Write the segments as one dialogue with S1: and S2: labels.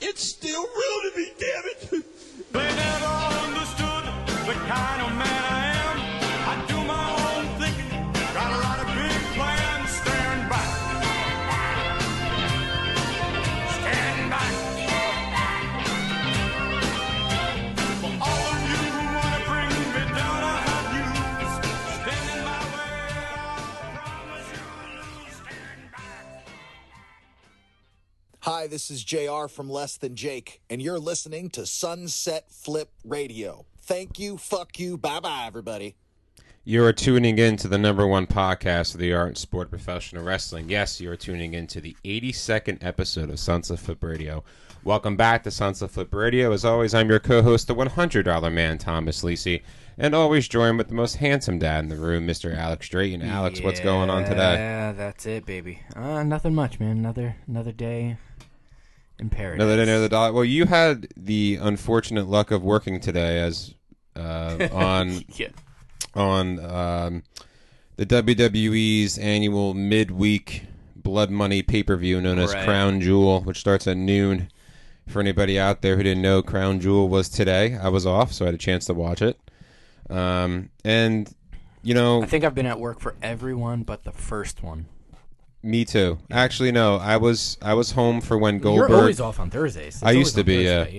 S1: It's still real to me, damn it.
S2: They never understood the kind of man I am. I do my own thinking, got a lot of big plans. Stand back. Stand back. For all of you who want to bring me down, I have news. Stand in my way, I'll promise you'll lose. Stand back.
S3: Hi, this is JR from Less Than Jake, and you're listening to Sunset Flip Radio. Thank you, fuck you, bye bye, everybody.
S4: You are tuning in to the number one podcast of the art and sport of professional wrestling. Yes, you are tuning in to the 82nd episode of Sunset Flip Radio. Welcome back to Sunset Flip Radio. As always, I'm your co host, the $100 man, Thomas Lisi, and always joined with the most handsome dad in the room, Mr. Alex Drayton. Alex, what's going on today?
S5: Yeah, that's it, baby. Uh, nothing much, man. Another another day in paradise.
S4: Another day, another dollar. Well, you had the unfortunate luck of working today as uh, on
S5: Yeah.
S4: on um, the WWE's annual midweek Blood Money pay per view known as
S5: Right.
S4: Crown Jewel, which starts at noon. For anybody out there who didn't know, Crown Jewel was today. I was off, so I had a chance to watch it. Um, and you know,
S5: I think I've been at work for everyone but the first one.
S4: me too. Actually, no, I was I was home for when Goldberg.
S5: You're always off on Thursdays. It's
S4: I used
S5: always
S4: to
S5: on
S4: be, yeah.
S5: Thursday,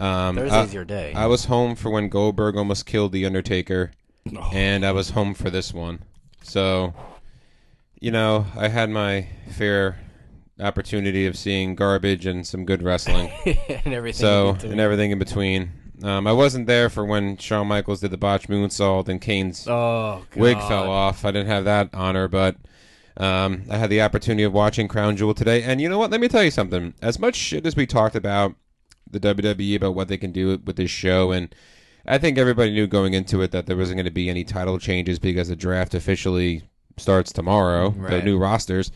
S5: yeah.
S4: um,
S5: Thursday's
S4: I-
S5: your day.
S4: I was home for when Goldberg almost killed the Undertaker,
S5: Oh.
S4: and I was home for this one. So, you know, I had my fair opportunity of seeing garbage and some good wrestling.
S5: and everything.
S4: so,
S5: you did to-
S4: and everything in between. Um, I wasn't there for when Shawn Michaels did the botch moonsault and Kane's
S5: oh, God.
S4: wig fell off. I didn't have that honor, but um, I had the opportunity of watching Crown Jewel today. And you know what? Let me tell you something. As much shit as we talked about the WWE about what they can do with this show, and I think everybody knew going into it that there wasn't going to be any title changes because the draft officially starts tomorrow. The
S5: Right.
S4: new rosters.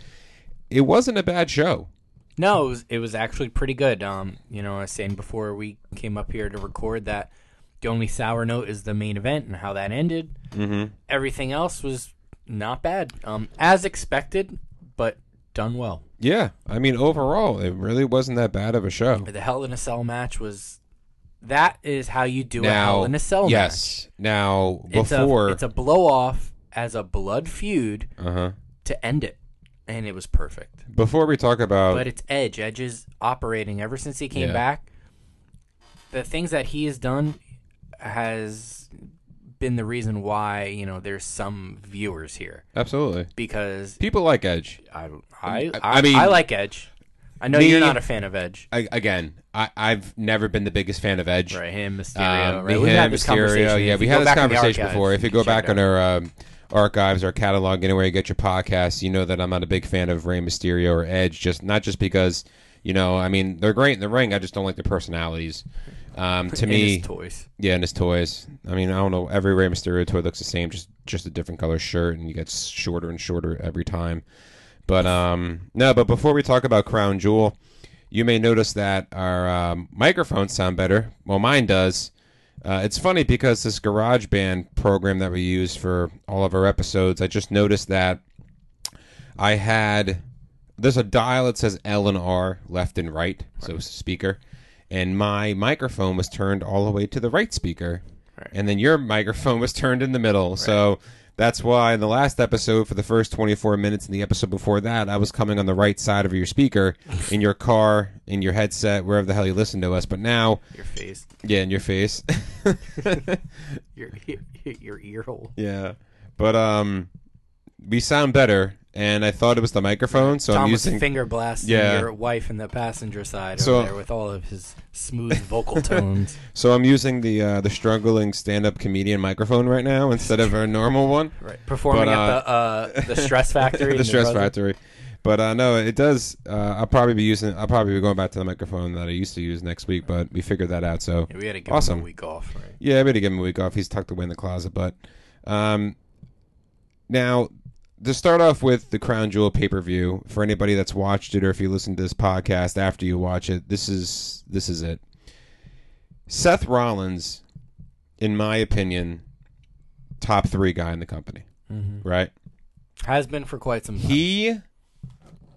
S4: It wasn't a bad show.
S5: No, it was, it was actually pretty good. Um, you know, I was saying before we came up here to record that the only sour note is the main event and how that ended. Mm-hmm. Everything else was not bad, um, as expected, but done well.
S4: Yeah, I mean overall, it really wasn't that bad of a show.
S5: The Hell in a Cell match was. That is how you do a Hell in a Cell match.
S4: yes. Now
S5: It's a-
S4: before
S5: it's a blow off as a blood feud
S4: uh-huh.
S5: to end it, and it was perfect.
S4: before we talk about
S5: but it's Edge. Edge is operating ever since he came
S4: Yeah.
S5: back. The things that he has done has been the reason why you know there's some viewers here
S4: absolutely
S5: because
S4: People like Edge.
S5: I I
S4: I-
S5: I,
S4: I mean-
S5: I like Edge. I know
S4: Me-
S5: you're not a fan of Edge,
S4: I, again, I, I've never been the biggest fan of Edge.
S5: right? Him, Mysterio,
S4: Um,
S5: right?
S4: him,
S5: We've had this conversation.
S4: Mysterio. Yeah,
S5: If
S4: we
S5: you
S4: had
S5: go
S4: this
S5: back in the
S4: conversation
S5: archives,
S4: before. If you
S5: can
S4: go
S5: check
S4: back
S5: it
S4: on
S5: out.
S4: our um, archives, our catalog, anywhere you get your podcasts, you know that I'm not a big fan of Rey Mysterio or Edge. Just not just because you know, I mean, they're great in the ring. I just don't like their personalities. Um, to
S5: And
S4: me,
S5: his toys,
S4: yeah, and his toys. I mean, I don't know. Every Rey Mysterio toy looks the same, just just a different color shirt, and he gets shorter and shorter every time. But um, no. But before we talk about Crown Jewel, you may notice that our um, microphones sound better. Well, mine does. Uh, it's funny because this GarageBand program that we use for all of our episodes, I just noticed that I had there's a dial that says L and R left and right, so it's a speaker, and my microphone was turned all the way to the right speaker, and then your microphone was turned in the middle. So that's why in the last episode, for the first 24 minutes, and the episode before that, I was coming on the right side of your speaker in your car, in your headset, wherever the hell you listen to us. But now,
S5: your face,
S4: yeah, in your face.
S5: your your ear hole.
S4: Yeah, but um, we sound better, and I thought it was the microphone, so I'm
S5: Thomas
S4: using.
S5: finger blasting
S4: Yeah.
S5: your wife in the passenger side
S4: So-
S5: over there with all of his smooth vocal tones.
S4: so I'm using the uh, the struggling stand-up comedian microphone right now instead of our normal one.
S5: Right. Performing
S4: But,
S5: at the uh, the Stress Factory. in
S4: the stress
S5: Brunswick.
S4: factory. But uh, no, it does. Uh, I'll probably be using. I'll probably be going back to the microphone that I used to use next week, but we figured that out. So
S5: Yeah, we had to give
S4: Awesome.
S5: him a week off. Right?
S4: Yeah, I better give him a week off. He's tucked away in the closet. But um, now, to start off with the Crown Jewel pay per view, for anybody that's watched it or if you listen to this podcast after you watch it, this is this is it. Seth Rollins, in my opinion, top three guy in the company, right?
S5: Has been for quite some time.
S4: He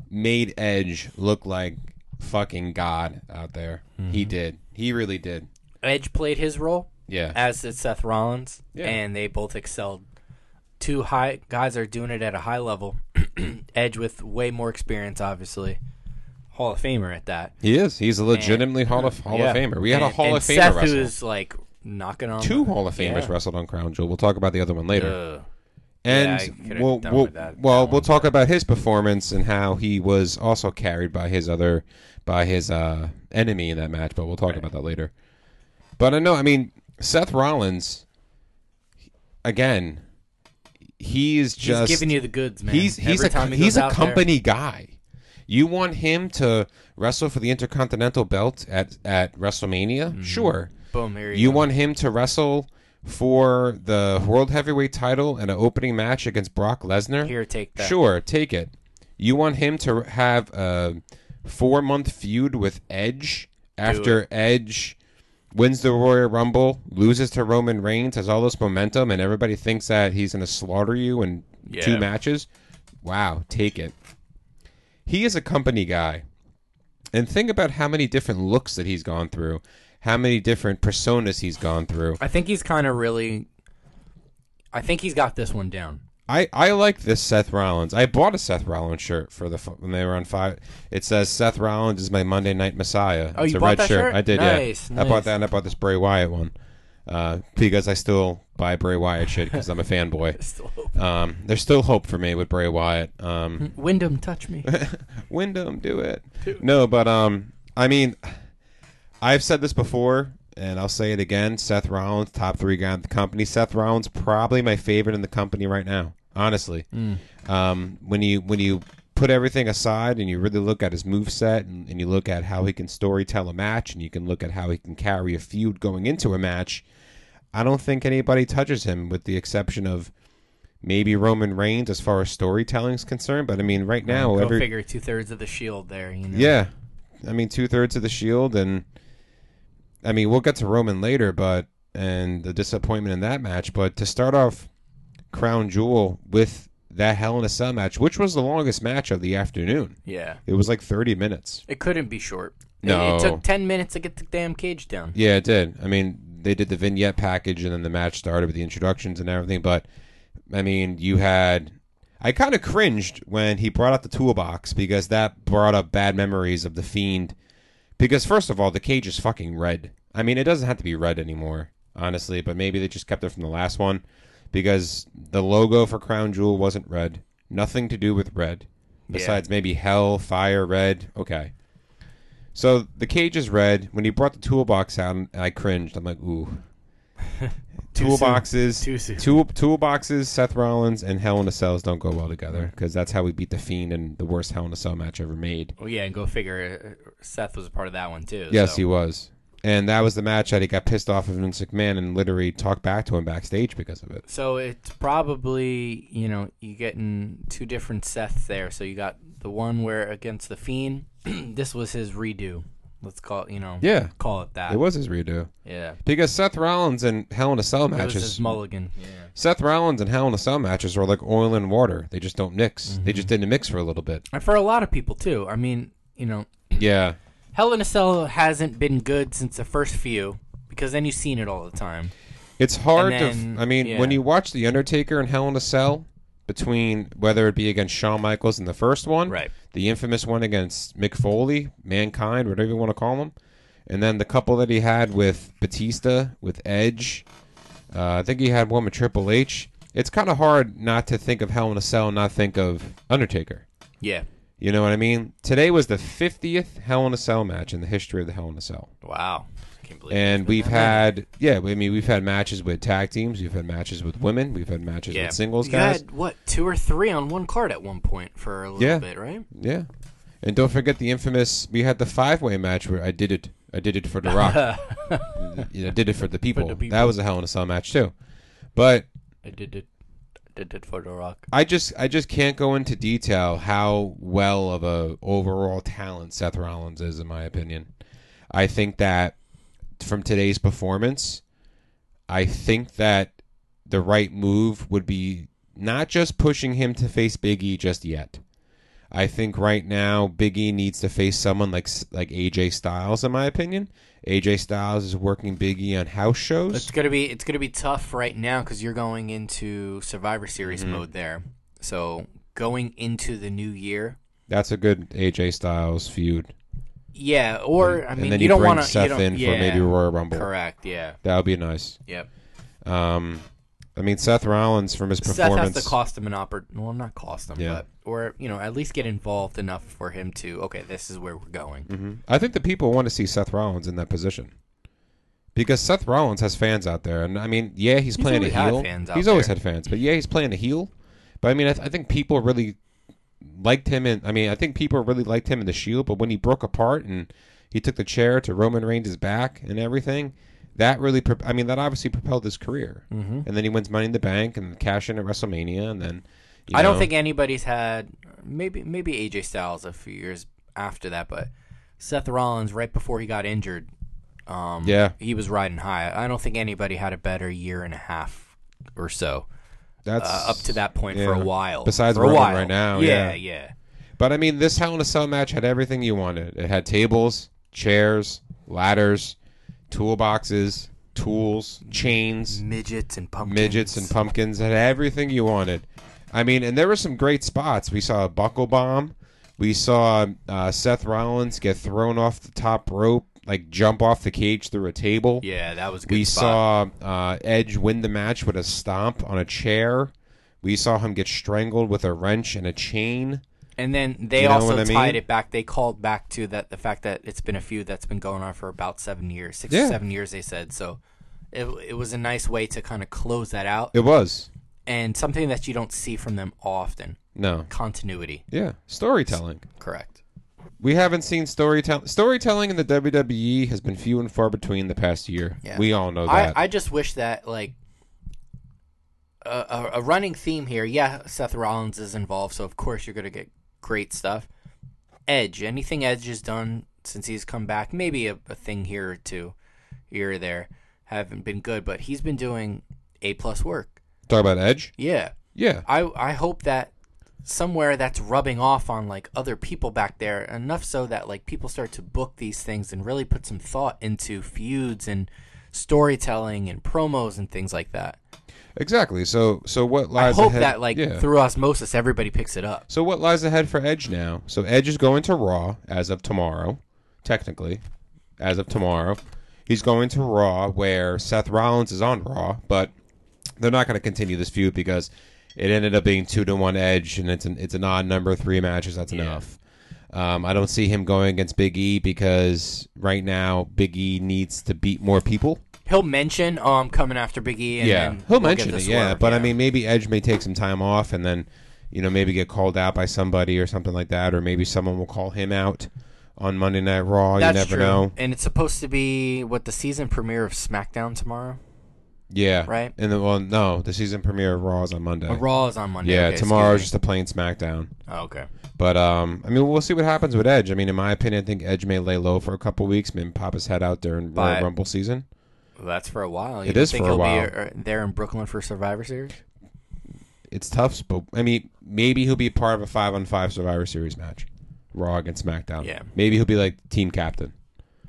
S4: made Edge look like fucking god out there. He did. He really did.
S5: Edge played his role,
S4: Yeah.
S5: as did Seth Rollins,
S4: Yeah.
S5: and they both excelled. Two high guys are doing it at a high level. Edge with way more experience, obviously, Hall of Famer at that.
S4: he is. He's a legitimately Hall of Hall
S5: Yeah.
S4: of Famer. We had a
S5: And-
S4: Hall
S5: and
S4: of Famer
S5: Seth,
S4: wrestle.
S5: who's like knocking on
S4: Two Hall of Famers
S5: Yeah.
S4: wrestled on Crown Jewel. We'll talk about the other one later.
S5: Ugh. Yeah, I
S4: and
S5: could've
S4: we'll,
S5: done
S4: we'll
S5: with that-
S4: well
S5: that
S4: we'll
S5: one,
S4: talk about his performance and how he was also carried by his other by his uh, enemy in that match, but we'll talk about that later. But I know, I mean, Seth Rollins again, he's
S5: He's
S4: just
S5: giving you the goods, man.
S4: he's he's
S5: Every
S4: a
S5: time he
S4: he's
S5: goes
S4: a
S5: out
S4: company guy. You want him to wrestle for the Intercontinental Belt at at WrestleMania? Sure.
S5: There, Mm-hmm. boom, here you,
S4: You
S5: go.
S4: want him to wrestle for the World Heavyweight title in an opening match against Brock Lesnar?
S5: Here, take that.
S4: Sure, take it. You want him to have a four month feud with Edge after Edge wins the Royal Rumble, loses to Roman Reigns, has all this momentum, and everybody thinks that he's going to slaughter you in two
S5: Yeah.
S4: matches? Wow, take it. He is a company guy. And think about how many different looks that he's gone through, how many different personas he's gone through.
S5: I think he's kind of really. I think he's got this one down.
S4: I, I like this Seth Rollins. I bought a Seth Rollins shirt for the f- when they were on five. It says Seth Rollins is my Monday Night Messiah.
S5: Oh,
S4: it's
S5: you
S4: a
S5: bought
S4: red
S5: that shirt?
S4: I did.
S5: Nice,
S4: yeah, I
S5: nice.
S4: bought that. and I bought this Bray Wyatt one uh, because I still buy Bray Wyatt shit because I'm a fanboy. Um, there's still hope for me with Bray Wyatt. Um,
S5: Wyndham, touch me.
S4: Wyndham, do it. No, but um, I mean, I've said this before, and I'll say it again. Seth Rollins, top three guy in the company. Seth Rollins, probably my favorite in the company right now. Honestly, um, when you when you put everything aside and you really look at his moveset and, and you look at how he can story tell a match and you can look at how he can carry a feud going into a match, I don't think anybody touches him with the exception of. Maybe Roman Reigns, as far as storytelling is concerned, but I mean, right now,
S5: Go
S4: every
S5: figure two thirds of the shield there. You know?
S4: yeah. I mean, two thirds of the shield, and I mean, we'll get to Roman later, but and the disappointment in that match. But to start off Crown Jewel with that Hell in a Cell match, which was the longest match of the afternoon,
S5: yeah.
S4: it was like 30 minutes.
S5: It couldn't be short. It-
S4: No.
S5: It, took 10 minutes to get the damn cage down.
S4: Yeah, it did. I mean, they did the vignette package, and then the match started with the introductions and everything. But I mean, you had. I kind of cringed when he brought out the toolbox because that brought up bad memories of the fiend. Because first of all, the cage is fucking red. I mean, it doesn't have to be red anymore, honestly. But maybe they just kept it from the last one because the logo for Crown Jewel wasn't red. Nothing to do with red. Besides maybe hell, fire, red. Okay. So the cage is red. When he brought the toolbox out, I cringed. I'm like, ooh. toolboxes,
S5: Too soon.
S4: tool toolboxes. Seth Rollins and Hell in a Cells don't go well together because that's how we beat the Fiend in the worst Hell in a Cell match ever made.
S5: Well, yeah, and go figure. uh, Seth was a part of that one too.
S4: Yes,
S5: so-
S4: he was, and that was the match that he got pissed off of Vince McMahon and literally talked back to him backstage because of it.
S5: So it's probably you know you getting two different Seths there. So you got the one where against the Fiend. this was his redo. Let's call it, you know.
S4: Yeah.
S5: Call it that.
S4: It was his redo
S5: Yeah.
S4: because Seth Rollins and Hell in a Cell
S5: It was his
S4: matches.
S5: mulligan. Yeah.
S4: Seth Rollins and Hell in a Cell matches are like oil and water. They just don't mix.
S5: Mm-hmm.
S4: They just didn't mix for a little bit.
S5: And for a lot of people too. I mean, you know,
S4: Yeah.
S5: Hell in a Cell hasn't been good since the first few because then you've seen it all the time.
S4: It's hard
S5: And then-
S4: to. I mean,
S5: yeah.
S4: when you watch The Undertaker and Hell in a Cell, between whether it be against Shawn Michaels in the first one,
S5: Right.
S4: the infamous one against Mick Foley, Mankind, whatever you want to call him, and then the couple that he had with Batista, with Edge, uh, I think he had one with Triple H. It's kind of hard not to think of Hell in a Cell and not think of Undertaker.
S5: Yeah.
S4: You know what I mean? Today was the 50th Hell in a Cell match in the history of the Hell in a Cell.
S5: Wow. I can't believe.
S4: And we've had, yeah, I mean, we've had matches with tag teams, we've had matches with women, we've had matches with singles
S5: you
S4: guys.
S5: had what two or three on one card at one point for a little
S4: Yeah.
S5: bit, right?
S4: Yeah. And don't forget the infamous, we had the five way match where I did it. I did it for The Rock. I did it for the, people. That
S5: people.
S4: was a Hell in a Cell match, too. But
S5: I did it. I did it for the Rock.
S4: I just I just can't go into detail how well of a overall talent Seth Rollins is in my opinion. I think that from today's performance, I think that the right move would be not just pushing him to face Big E just yet. I think right now Biggie needs to face someone like s- like AJ Styles. In my opinion, AJ Styles is working Biggie on house shows.
S5: It's gonna be it's gonna be tough right now because you're going into Survivor Series
S4: Mm-hmm.
S5: mode there. So going into the new year,
S4: That's a good AJ Styles feud.
S5: yeah. Or I mean,
S4: and then
S5: you don't
S4: bring
S5: want to
S4: Seth in for maybe Royal Rumble.
S5: Correct. Yeah.
S4: That would be nice.
S5: Yep.
S4: Um, I mean Seth Rollins from his
S5: Seth
S4: performance.
S5: has to cost him an opportunity. Well, not cost him,
S4: Yeah.
S5: but or you know at least get involved enough for him to okay, this is where we're going.
S4: I think the people want to see Seth Rollins in that position because Seth Rollins has fans out there, and I mean, yeah, he's, playing a
S5: always had
S4: heel.
S5: fans out
S4: he's always
S5: there.
S4: had fans, but yeah, he's playing a heel. But I mean, I, th- I think people really liked him, and I mean, I think people really liked him in the Shield. But when he broke apart and he took the chair to Roman Reigns' back and everything, that really, pro- I mean, that obviously propelled his career. Mm-hmm. And then he wins Money in the Bank and cash in at WrestleMania, and then you
S5: I don't
S4: know,
S5: think anybody's had maybe maybe AJ Styles a few years after that, but Seth Rollins right before he got injured, um,
S4: Yeah.
S5: he was riding high. I don't think anybody had a better year and a half or so
S4: that's
S5: uh, up to that point for
S4: yeah.
S5: a while.
S4: Besides
S5: for a
S4: Roman
S5: while.
S4: right now, yeah.
S5: yeah,
S4: But I mean, this Hell in a Cell match had everything you wanted. It had tables, chairs, ladders, toolboxes, tools, chains,
S5: midgets and pumpkins.
S4: midgets, and pumpkins. It had everything you wanted. I mean, and there were some great spots. We saw a buckle bomb. We saw uh, Seth Rollins get thrown off the top rope, like jump off the cage through a table.
S5: yeah, that was a good.
S4: We
S5: spot.
S4: saw uh, Edge win the match with a stomp on a chair. We saw him get strangled with a wrench and a chain.
S5: And then they
S4: You know
S5: also
S4: what I mean?
S5: tied it back. They called back to that the fact that it's been a feud that's been going on for about seven years, six
S4: Yeah.
S5: or seven years. They said so. It, it was a nice way to kind of close that out,
S4: It was.
S5: and something that you don't see from them often.
S4: No.
S5: Continuity,
S4: Yeah, storytelling.
S5: correct?
S4: We haven't seen storytelling. Storytelling in the WWE has been few and far between the past year.
S5: Yeah.
S4: We all know
S5: I,
S4: that.
S5: I just wish that like a, a, a running theme here. Yeah, Seth Rollins is involved, so of course you're gonna get great stuff. Edge, anything Edge has done since he's come back, maybe a, a thing here or two, here or there, haven't been good, but he's been doing a plus work.
S4: Talk about Edge.
S5: Yeah,
S4: Yeah,
S5: I I hope that somewhere that's rubbing off on like other people back there enough so that like people start to book these things and really put some thought into feuds and storytelling and promos and things like that.
S4: exactly. So, so what
S5: I
S4: lies
S5: hope
S4: ahead?
S5: that like
S4: yeah.
S5: through osmosis everybody picks it up.
S4: so what lies ahead for Edge now? So Edge is going to Raw as of tomorrow, technically, as of tomorrow. He's going to Raw where Seth Rollins is on Raw, but they're not going to continue this feud because it ended up being two to one Edge, and it's an it's an odd number three matches. That's enough. Um, I don't see him going against Big E because right now Big E needs to beat more people.
S5: He'll mention um coming after Big E and
S4: yeah,
S5: then
S4: he'll
S5: we'll get
S4: mention
S5: the
S4: it. Yeah,
S5: swerve,
S4: but I
S5: yeah.
S4: mean, maybe Edge may take some time off and then, you know, maybe get called out by somebody or something like that, or maybe someone will call him out on Monday Night Raw.
S5: that's
S4: you never
S5: true.
S4: know.
S5: And it's supposed to be what the season premiere of SmackDown tomorrow.
S4: Yeah,
S5: Right. Oh,
S4: And then, well, no, the season premiere of Raw is on Monday.
S5: Raw is on Monday.
S4: yeah,
S5: okay, excuse
S4: tomorrow's
S5: me.
S4: just a plain SmackDown.
S5: Oh, okay.
S4: But um, I mean, we'll see what happens with Edge. I mean, in my opinion, I think Edge may lay low for a couple weeks, maybe pop his head out during Royal
S5: But-
S4: Rumble season.
S5: Well, that's for a while. You
S4: It
S5: don't
S4: is
S5: think
S4: for a
S5: he'll
S4: while.
S5: Be uh, there in Brooklyn for Survivor Series.
S4: It's tough, but I mean, maybe he'll be part of a five-on-five Survivor Series match, Raw against SmackDown.
S5: Yeah.
S4: maybe he'll be like team captain.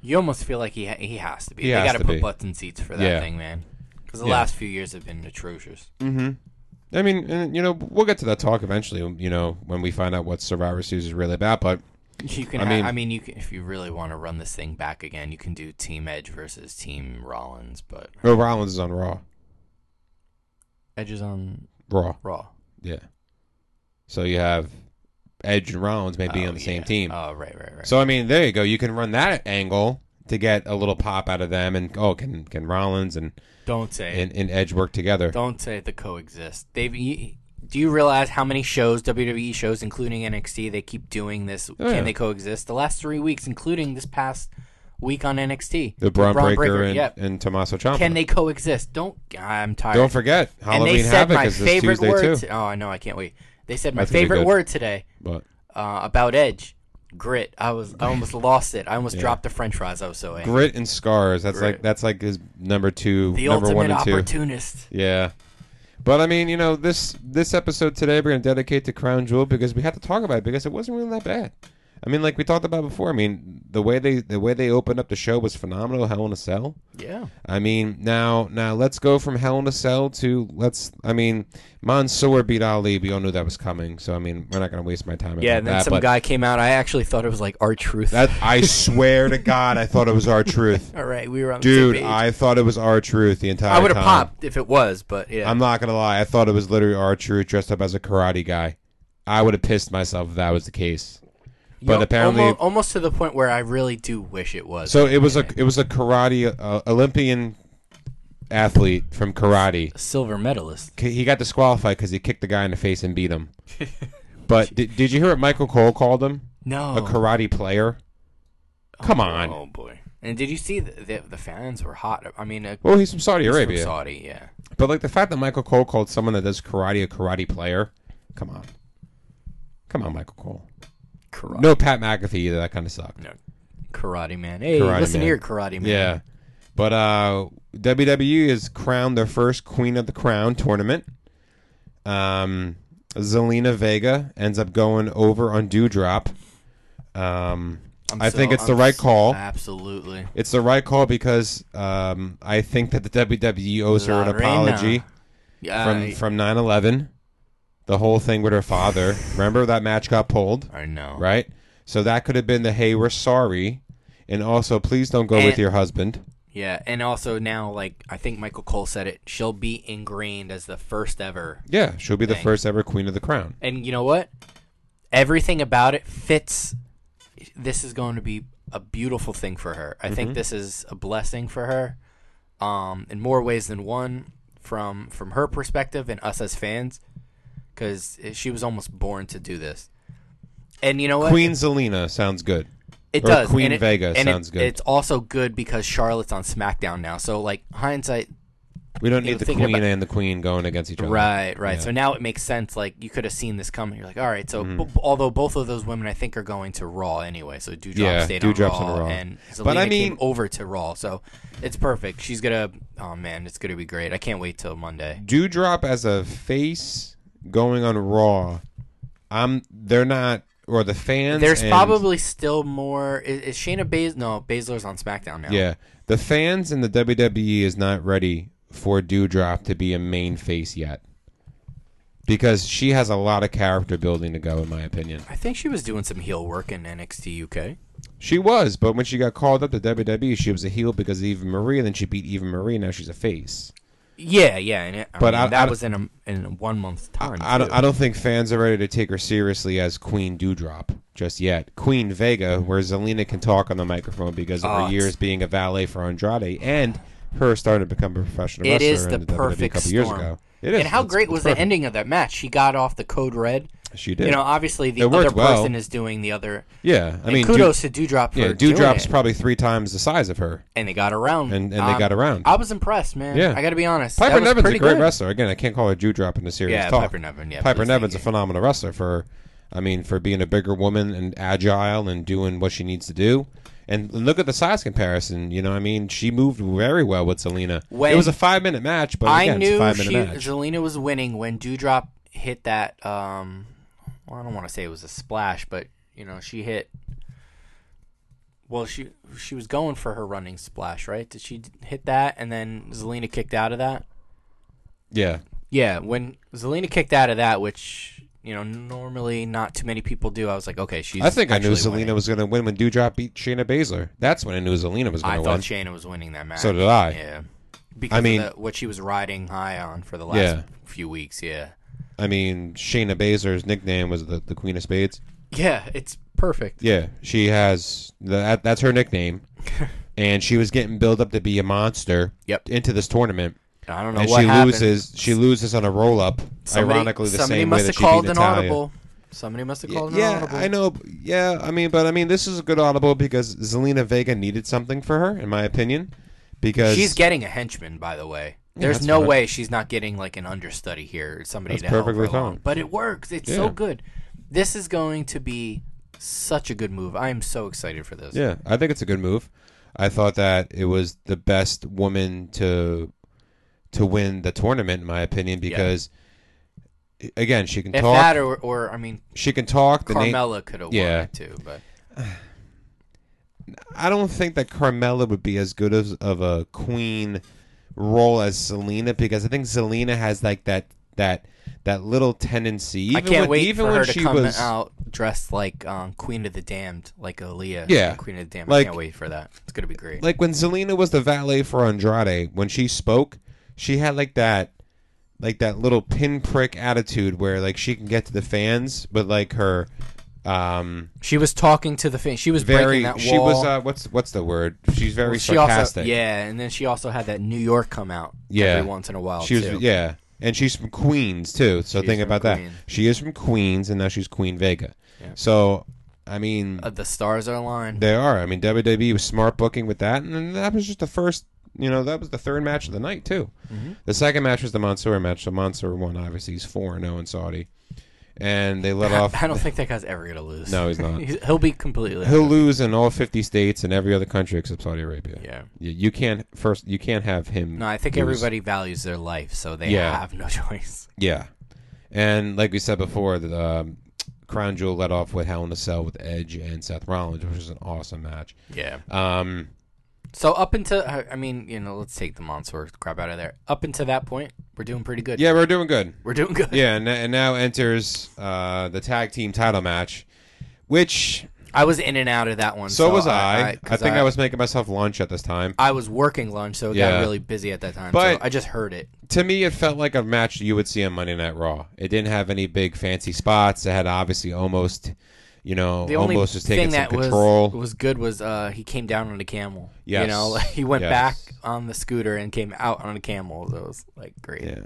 S5: You almost feel like he ha- he has to be.
S4: He
S5: they
S4: has
S5: got
S4: to
S5: put
S4: be.
S5: butts in seats for that
S4: Yeah.
S5: thing, man. Because the
S4: Yeah.
S5: last few years have been atrocious.
S4: I mean, and, you know, we'll get to that talk eventually. You know, when we find out what Survivor Series is really about. But
S5: You can,
S4: I
S5: I
S4: mean-
S5: mean, I mean, you can, if you really want to run this thing back again, you can do Team Edge versus Team Rollins, but
S4: oh, Rollins is on Raw.
S5: Edge is on
S4: Raw.
S5: Raw.
S4: Yeah. So you have Edge and Rollins may be
S5: Oh,
S4: on the same
S5: yeah.
S4: team.
S5: Oh, right, right, right.
S4: So I mean, there you go. You can run that angle to get a little pop out of them, and oh, can can Rollins and
S5: don't say,
S4: and, and Edge work together?
S5: don't say the coexist. They've. You, do you realize how many shows WWE shows, including NXT, they keep doing this?
S4: Oh,
S5: can
S4: yeah.
S5: they coexist? The last three weeks, including this past week on NXT,
S4: The Braun,
S5: Braun
S4: Breaker, and,
S5: yep.
S4: and Tommaso Ciampa.
S5: Can they coexist? Don't. I'm tired.
S4: Don't forget
S5: and
S4: Halloween
S5: they said
S4: Havoc
S5: my
S4: is this
S5: favorite
S4: Tuesday
S5: word.
S4: too.
S5: to- oh, I know. I can't wait. They said my
S4: That's gonna be
S5: favorite
S4: good.
S5: word today
S4: But
S5: uh, about Edge, grit. I was. I almost lost it. I almost dropped the French fries. I was so angry.
S4: grit and scars. That's like
S5: Grit.
S4: that's like his number two,
S5: The
S4: number
S5: ultimate
S4: one and two.
S5: opportunist.
S4: Yeah. But I mean, you know, this this episode today we're gonna dedicate to Crown Jewel because we had to talk about it because it wasn't really that bad. I mean, like we talked about before. I mean, the way they the way they opened up the show was phenomenal. Hell in a Cell.
S5: Yeah.
S4: I mean, now now let's go from Hell in a Cell to let's. I mean, Mansoor beat Ali. We all knew that was coming, so I mean, we're not gonna waste my time.
S5: Yeah,
S4: about
S5: and then
S4: that,
S5: some
S4: but
S5: guy came out. I actually thought it was like our truth.
S4: That I swear to God, I thought it was our truth,
S5: All right, we were on
S4: dude.
S5: the same page.
S4: I thought it was our truth the entire.
S5: I would have
S4: time.
S5: popped if it was, but yeah.
S4: I'm not gonna lie. I thought it was literally our truth dressed up as a karate guy. I would have pissed myself if that was the case. But
S5: Al-
S4: apparently,
S5: almo- almost, to the point where I really do wish it was.
S4: so it was a it was a karate uh, Olympian athlete from karate.
S5: silver medalist.
S4: K- He got disqualified because he kicked the guy in the face and beat him. But did, did you hear what Michael Cole called him?
S5: No.
S4: A karate player. Come on.
S5: Oh boy. And did you see the the, the fans were hot? I mean, uh,
S4: Well, he's from Saudi
S5: from
S4: Arabia.
S5: Saudi, yeah.
S4: But like the fact that Michael Cole called someone that does karate a karate player, come on, come on, Michael Cole.
S5: Karate.
S4: No Pat McAfee either. That kind of sucked.
S5: No. Karate man. Hey,
S4: Karate
S5: listen
S4: Man.
S5: here, karate man.
S4: Yeah, but uh, WWE is crowned their first Queen of the Crown tournament. Um, Zelina Vega ends up going over on Dewdrop. Um,
S5: I'm
S4: I
S5: so-
S4: think it's the
S5: I'm
S4: right
S5: s-
S4: call.
S5: Absolutely.
S4: It's the right call because um, I think that the WWE owes her an
S5: Lorena.
S4: apology.
S5: Yeah.
S4: from
S5: I,
S4: from 9/11, the whole thing with her father. Remember that match got pulled,
S5: I know.
S4: right? So that could have been the hey, we're sorry, and also please don't go with
S5: And-
S4: your husband.
S5: Yeah, and also now, like I think Michael Cole said it, she'll be ingrained as the first ever.
S4: Yeah, she'll be the
S5: Thanks.
S4: first ever queen of the crown.
S5: And you know what? Everything about it fits. This is going to be a beautiful thing for her. I
S4: Mm-hmm.
S5: think this is a blessing for her, um, in more ways than one. From from her perspective and us as fans, because she was almost born to do this. And you know what?
S4: Queen Zelina sounds good.
S5: It
S4: Or
S5: does.
S4: Queen
S5: and it,
S4: Vega
S5: and it-
S4: sounds good.
S5: It's also good because Charlotte's on SmackDown now. So like hindsight,
S4: We don't
S5: You
S4: need
S5: know,
S4: the
S5: thinking
S4: queen
S5: about-
S4: and the queen going against each other.
S5: Right, right.
S4: Yeah. Mm-hmm.
S5: So now it makes sense. Like you could have seen this coming. You're like, all right. So, b- although both of those women, I think, are going to Raw anyway. So Dewdrop
S4: Yeah,
S5: stayed
S4: Dewdrop's
S5: on,
S4: on
S5: Raw,
S4: Raw.
S5: and Zelina
S4: But I mean-
S5: came over to Raw. So it's perfect. She's gonna. Oh man, it's gonna be great. I can't wait till Monday.
S4: Dewdrop as a face going on Raw. I'm. They're not. Or the fans.
S5: There's
S4: and-
S5: probably still more. Is, is Shayna Baszler? No, Baszler's on SmackDown now.
S4: Yeah, the fans and the WWE is not ready for Dewdrop to be a main face yet, because she has a lot of character building to go, in my opinion.
S5: I think she was doing some heel work in NXT UK.
S4: She was, but when she got called up to WWE, she was a heel because of Eva Marie. Then she beat Eva Marie. Now she's a face.
S5: Yeah, yeah. And it, I
S4: But
S5: mean,
S4: I-
S5: that
S4: I-
S5: was in a in a one month time.
S4: I don't.
S5: too.
S4: I don't think fans are ready to take her seriously as Queen Dewdrop just yet. Queen Vega, where Zelina can talk on the microphone because of
S5: Oh,
S4: her
S5: it's-
S4: years being a valet for Andrade and her starting to become a professional
S5: It
S4: wrestler
S5: is
S4: in
S5: the
S4: WWE E a
S5: perfect
S4: couple
S5: storm.
S4: years ago. It is.
S5: And how
S4: It's-
S5: great
S4: it's
S5: was
S4: perfect.
S5: the ending of that match? She got off the code red.
S4: She did.
S5: You know, obviously the
S4: It worked
S5: other person
S4: well.
S5: is doing the other.
S4: Yeah, I mean, Dew-
S5: kudos to Dewdrop for
S4: yeah,
S5: doing
S4: Dewdrop's
S5: it.
S4: probably three times the size of her.
S5: and they got around. Um,
S4: And- and they got around.
S5: I was impressed, man.
S4: Yeah.
S5: I got to be honest. That
S4: Piper
S5: was
S4: Nevin's a
S5: pretty
S4: great
S5: good.
S4: wrestler. Again, I can't call her Dewdrop in the series
S5: Yeah,
S4: talk.
S5: Piper Nevin, yeah,
S4: Piper
S5: please,
S4: Nevin's a
S5: thank you.
S4: phenomenal wrestler for, I mean, for being a bigger woman and agile and doing what she needs to do. And look at the size comparison. You know, I mean, she moved very well with Selena.
S5: When-
S4: it was a five minute match, but
S5: I
S4: again, it's a
S5: knew
S4: five
S5: she,
S4: minute match.
S5: Zelina was winning when Dewdrop hit that. Um, well, I don't want to say it was a splash, but you know, she hit. Well, she she was going for her running splash, right? Did she d- hit that and then Zelina kicked out of that?
S4: yeah,
S5: Yeah, when Zelina kicked out of that, which you know normally not too many people do, I was like, okay, she's.
S4: I think I knew
S5: actually
S4: Selena
S5: winning.
S4: was going to win when Dewdrop beat Shayna Baszler. That's when I knew Selena was
S5: I
S4: going to
S5: thought
S4: win.
S5: Shayna was winning that match.
S4: So did I.
S5: Yeah, because
S4: I
S5: of
S4: mean-
S5: the- what she was riding high on for the last
S4: Yeah.
S5: few weeks. Yeah,
S4: I mean, Shayna Baszler's nickname was the, the Queen of Spades.
S5: yeah, it's perfect.
S4: Yeah, she has that. That's her nickname, and she was getting built up to be a monster.
S5: Yep.
S4: Into this tournament,
S5: I don't know
S4: and
S5: what
S4: she
S5: happened.
S4: loses. She loses on a roll up.
S5: Somebody-
S4: Ironically, the
S5: somebody
S4: same
S5: must
S4: way
S5: have
S4: that she
S5: called
S4: beat
S5: an
S4: Natalya.
S5: audible. Somebody must have called an
S4: Yeah,
S5: audible.
S4: I know. Yeah, I mean, but I mean, this is a good audible because Zelina Vega needed something for her, in my opinion. Because
S5: She's getting a henchman, by the way. There's
S4: that's
S5: no
S4: fine.
S5: way she's not getting like an understudy here, or somebody
S4: That's
S5: to help her
S4: perfectly
S5: along.
S4: fine.
S5: But it works. It's so
S4: Yeah.
S5: good. This is going to be such a good move. I am so excited for this.
S4: Yeah, I think it's a good move. I thought that it was the best woman to to win the tournament, in my opinion, because again, she can
S5: If
S4: talk.
S5: that or, or I mean,
S4: she can talk. The name-
S5: Carmella could have
S4: Yeah.
S5: won it too, but
S4: I don't think that Carmella would be as good as of a queen role as Selena because I think Selena has like that that that little tendency. Even
S5: I can't
S4: when,
S5: wait
S4: even
S5: for
S4: when
S5: her
S4: she
S5: to come
S4: was,
S5: out dressed like um, Queen of the Damned, like Aaliyah.
S4: Yeah.
S5: Queen of the Damned.
S4: Like-
S5: I can't wait for that. It's gonna be great.
S4: like when Selena was the valet for Andrade, when she spoke, she had like that like that little pinprick attitude where like she can get to the fans, but like her um
S5: she was talking to the fan. She was
S4: very
S5: breaking that wall.
S4: she was uh what's what's the word? She's very
S5: Well, she
S4: sarcastic.
S5: Also, yeah, and then she also had that New York come out
S4: Yeah.
S5: every once in a while.
S4: She was
S5: too.
S4: yeah. And she's from Queens too. So think
S5: from
S4: about
S5: Queens.
S4: that. She is from Queens and now she's Queen Vega. So I mean
S5: Uh, the stars are aligned.
S4: They are. I mean, WWE was smart booking with that, and then that was just the first. You know, that was the third match of the night too.
S5: Mm-hmm.
S4: The second match was the Mansoor match. The Mansoor won. Obviously, he's four and zero in Saudi, and they let off.
S5: I don't think that guy's ever gonna lose.
S4: No, he's not.
S5: He's- He'll be completely.
S4: He'll lose in all fifty states and every other country except Saudi Arabia.
S5: Yeah.
S4: You, you can't first. You can't have him.
S5: No, I think
S4: lose.
S5: everybody values their life, so they
S4: Yeah.
S5: have no choice.
S4: Yeah, and like we said before, the um, Crown Jewel led off with Hell in a Cell with Edge and Seth Rollins, which was an awesome match.
S5: Yeah.
S4: Um,
S5: So up until uh, I I mean, you know, let's take the Monsoor crap out of there. Up until that point, we're doing pretty good.
S4: yeah, we're doing good.
S5: we're doing good.
S4: Yeah, and, and now enters uh, the tag team title match, which
S5: I was in and out of that one.
S4: so, was I. I,
S5: 'cause
S4: think I, was making myself lunch at this time.
S5: I was working lunch, so it
S4: Yeah.
S5: got really busy at that time.
S4: But-
S5: so I just heard it.
S4: to me, it felt like a match you would see on Monday Night Raw. It didn't have any big fancy spots. It had obviously almost, you know,
S5: The only
S4: almost was taking
S5: thing
S4: some
S5: that was,
S4: control.
S5: was good was uh, he came down on a camel. You
S4: Yes.
S5: know, like, he went
S4: Yes.
S5: back on the scooter and came out on a camel. That was like great.
S4: yeah.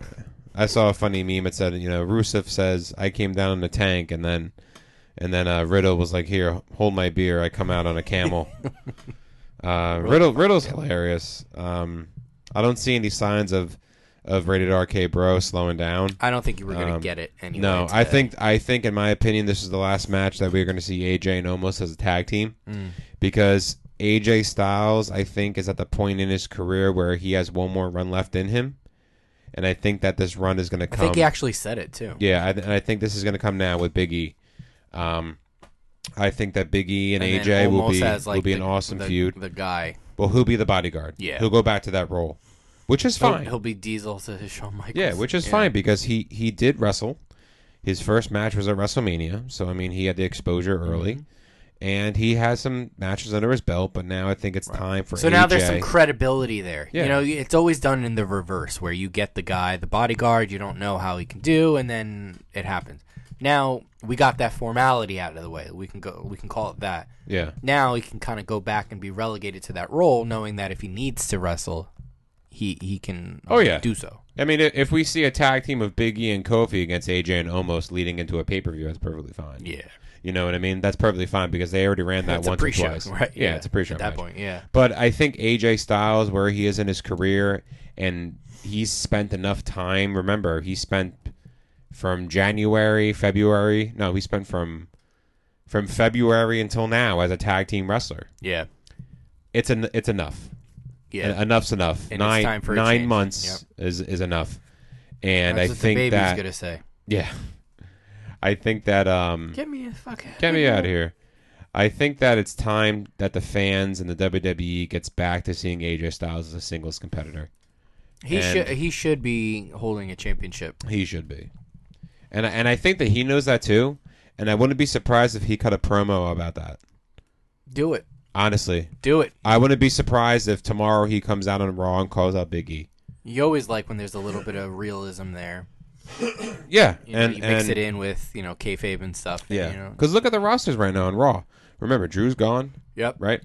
S4: I saw a funny meme. It said, you know, Rusev says, "I came down in the tank," and then, and then uh, Riddle was like, "Here, hold my beer. I come out on a camel." uh, Riddle, Riddle's hilarious. Um, I don't see any signs of of rated RK bro slowing down.
S5: I don't think you were gonna
S4: Um,
S5: get it anyway.
S4: No, I
S5: today.
S4: think I think in my opinion this is the last match that we're going to see AJ and Omos as a tag team
S5: Mm.
S4: because AJ Styles I think is at the point in his career where he has one more run left in him, and I think that this run is going to
S5: I
S4: come.
S5: think he actually said it too.
S4: um, yeah, I, and I think this is going to come now with Big E. Um, I think that Big E and,
S5: And then
S4: AJ will
S5: almost
S4: be
S5: has, like,
S4: will be an
S5: the-
S4: awesome
S5: the-
S4: feud.
S5: The guy,
S4: Well, he'll be the bodyguard.
S5: Yeah.
S4: he'll go back to that role, which is
S5: he'll,
S4: fine.
S5: he'll be Diesel to his Shawn Michaels.
S4: Yeah, which is fine because he he did wrestle. His first match was at WrestleMania, so I mean he had the exposure
S5: Mm-hmm.
S4: early, and he has some matches under his belt. But now I think it's time for
S5: So now there's some
S4: AJ.
S5: credibility there.
S4: Yeah.
S5: You know, it's always done in the reverse where you get the guy, the bodyguard, you don't know how he can do, and then it happens. Now we got that formality out of the way. We can go. We can call it that.
S4: yeah
S5: Now he can kind of go back and be relegated to that role, knowing that if he needs to wrestle, he he can.
S4: Oh, yeah.
S5: do so.
S4: I mean i- if we see a tag team of Big E and Kofi against AJ and Omos leading into a pay per view that's perfectly fine
S5: Yeah,
S4: you know what I mean that's perfectly fine because they already ran that
S5: That's
S4: once
S5: a
S4: or
S5: pre-show,
S4: twice
S5: right?
S4: yeah, it's a pre-show
S5: At that
S4: match.
S5: point, yeah.
S4: But I think AJ Styles, where he is in his career, and he's spent enough time. Remember, he spent from January, February. No, he spent from from February until now as a tag team wrestler.
S5: Yeah,
S4: It's an it's enough.
S5: yeah.
S4: En- enough's enough.
S5: it's
S4: nine
S5: time for a
S4: nine
S5: change.
S4: months is is enough. And I
S5: That's what
S4: think
S5: the baby's
S4: that
S5: gonna say,
S4: yeah, I think that um
S5: "Get me a fucking."
S4: Get me out of here. I think that it's time that the fans and the WWE gets back to seeing AJ Styles as a singles competitor.
S5: He
S4: And-
S5: should he should be holding a championship.
S4: He should be. And I- and I think that he knows that too. And I wouldn't be surprised if he cut a promo about that.
S5: Do it.
S4: Honestly,
S5: Do it.
S4: I wouldn't be surprised if tomorrow he comes out on Raw and calls out Big E.
S5: You always like when there's a little bit of realism there.
S4: Yeah,
S5: You, know,
S4: and
S5: you mix
S4: and-
S5: it in with you know kayfabe and stuff. and,
S4: Yeah,
S5: You know.
S4: because look at the rosters right now on Raw. Remember, Drew's gone,
S5: Yep.
S4: right?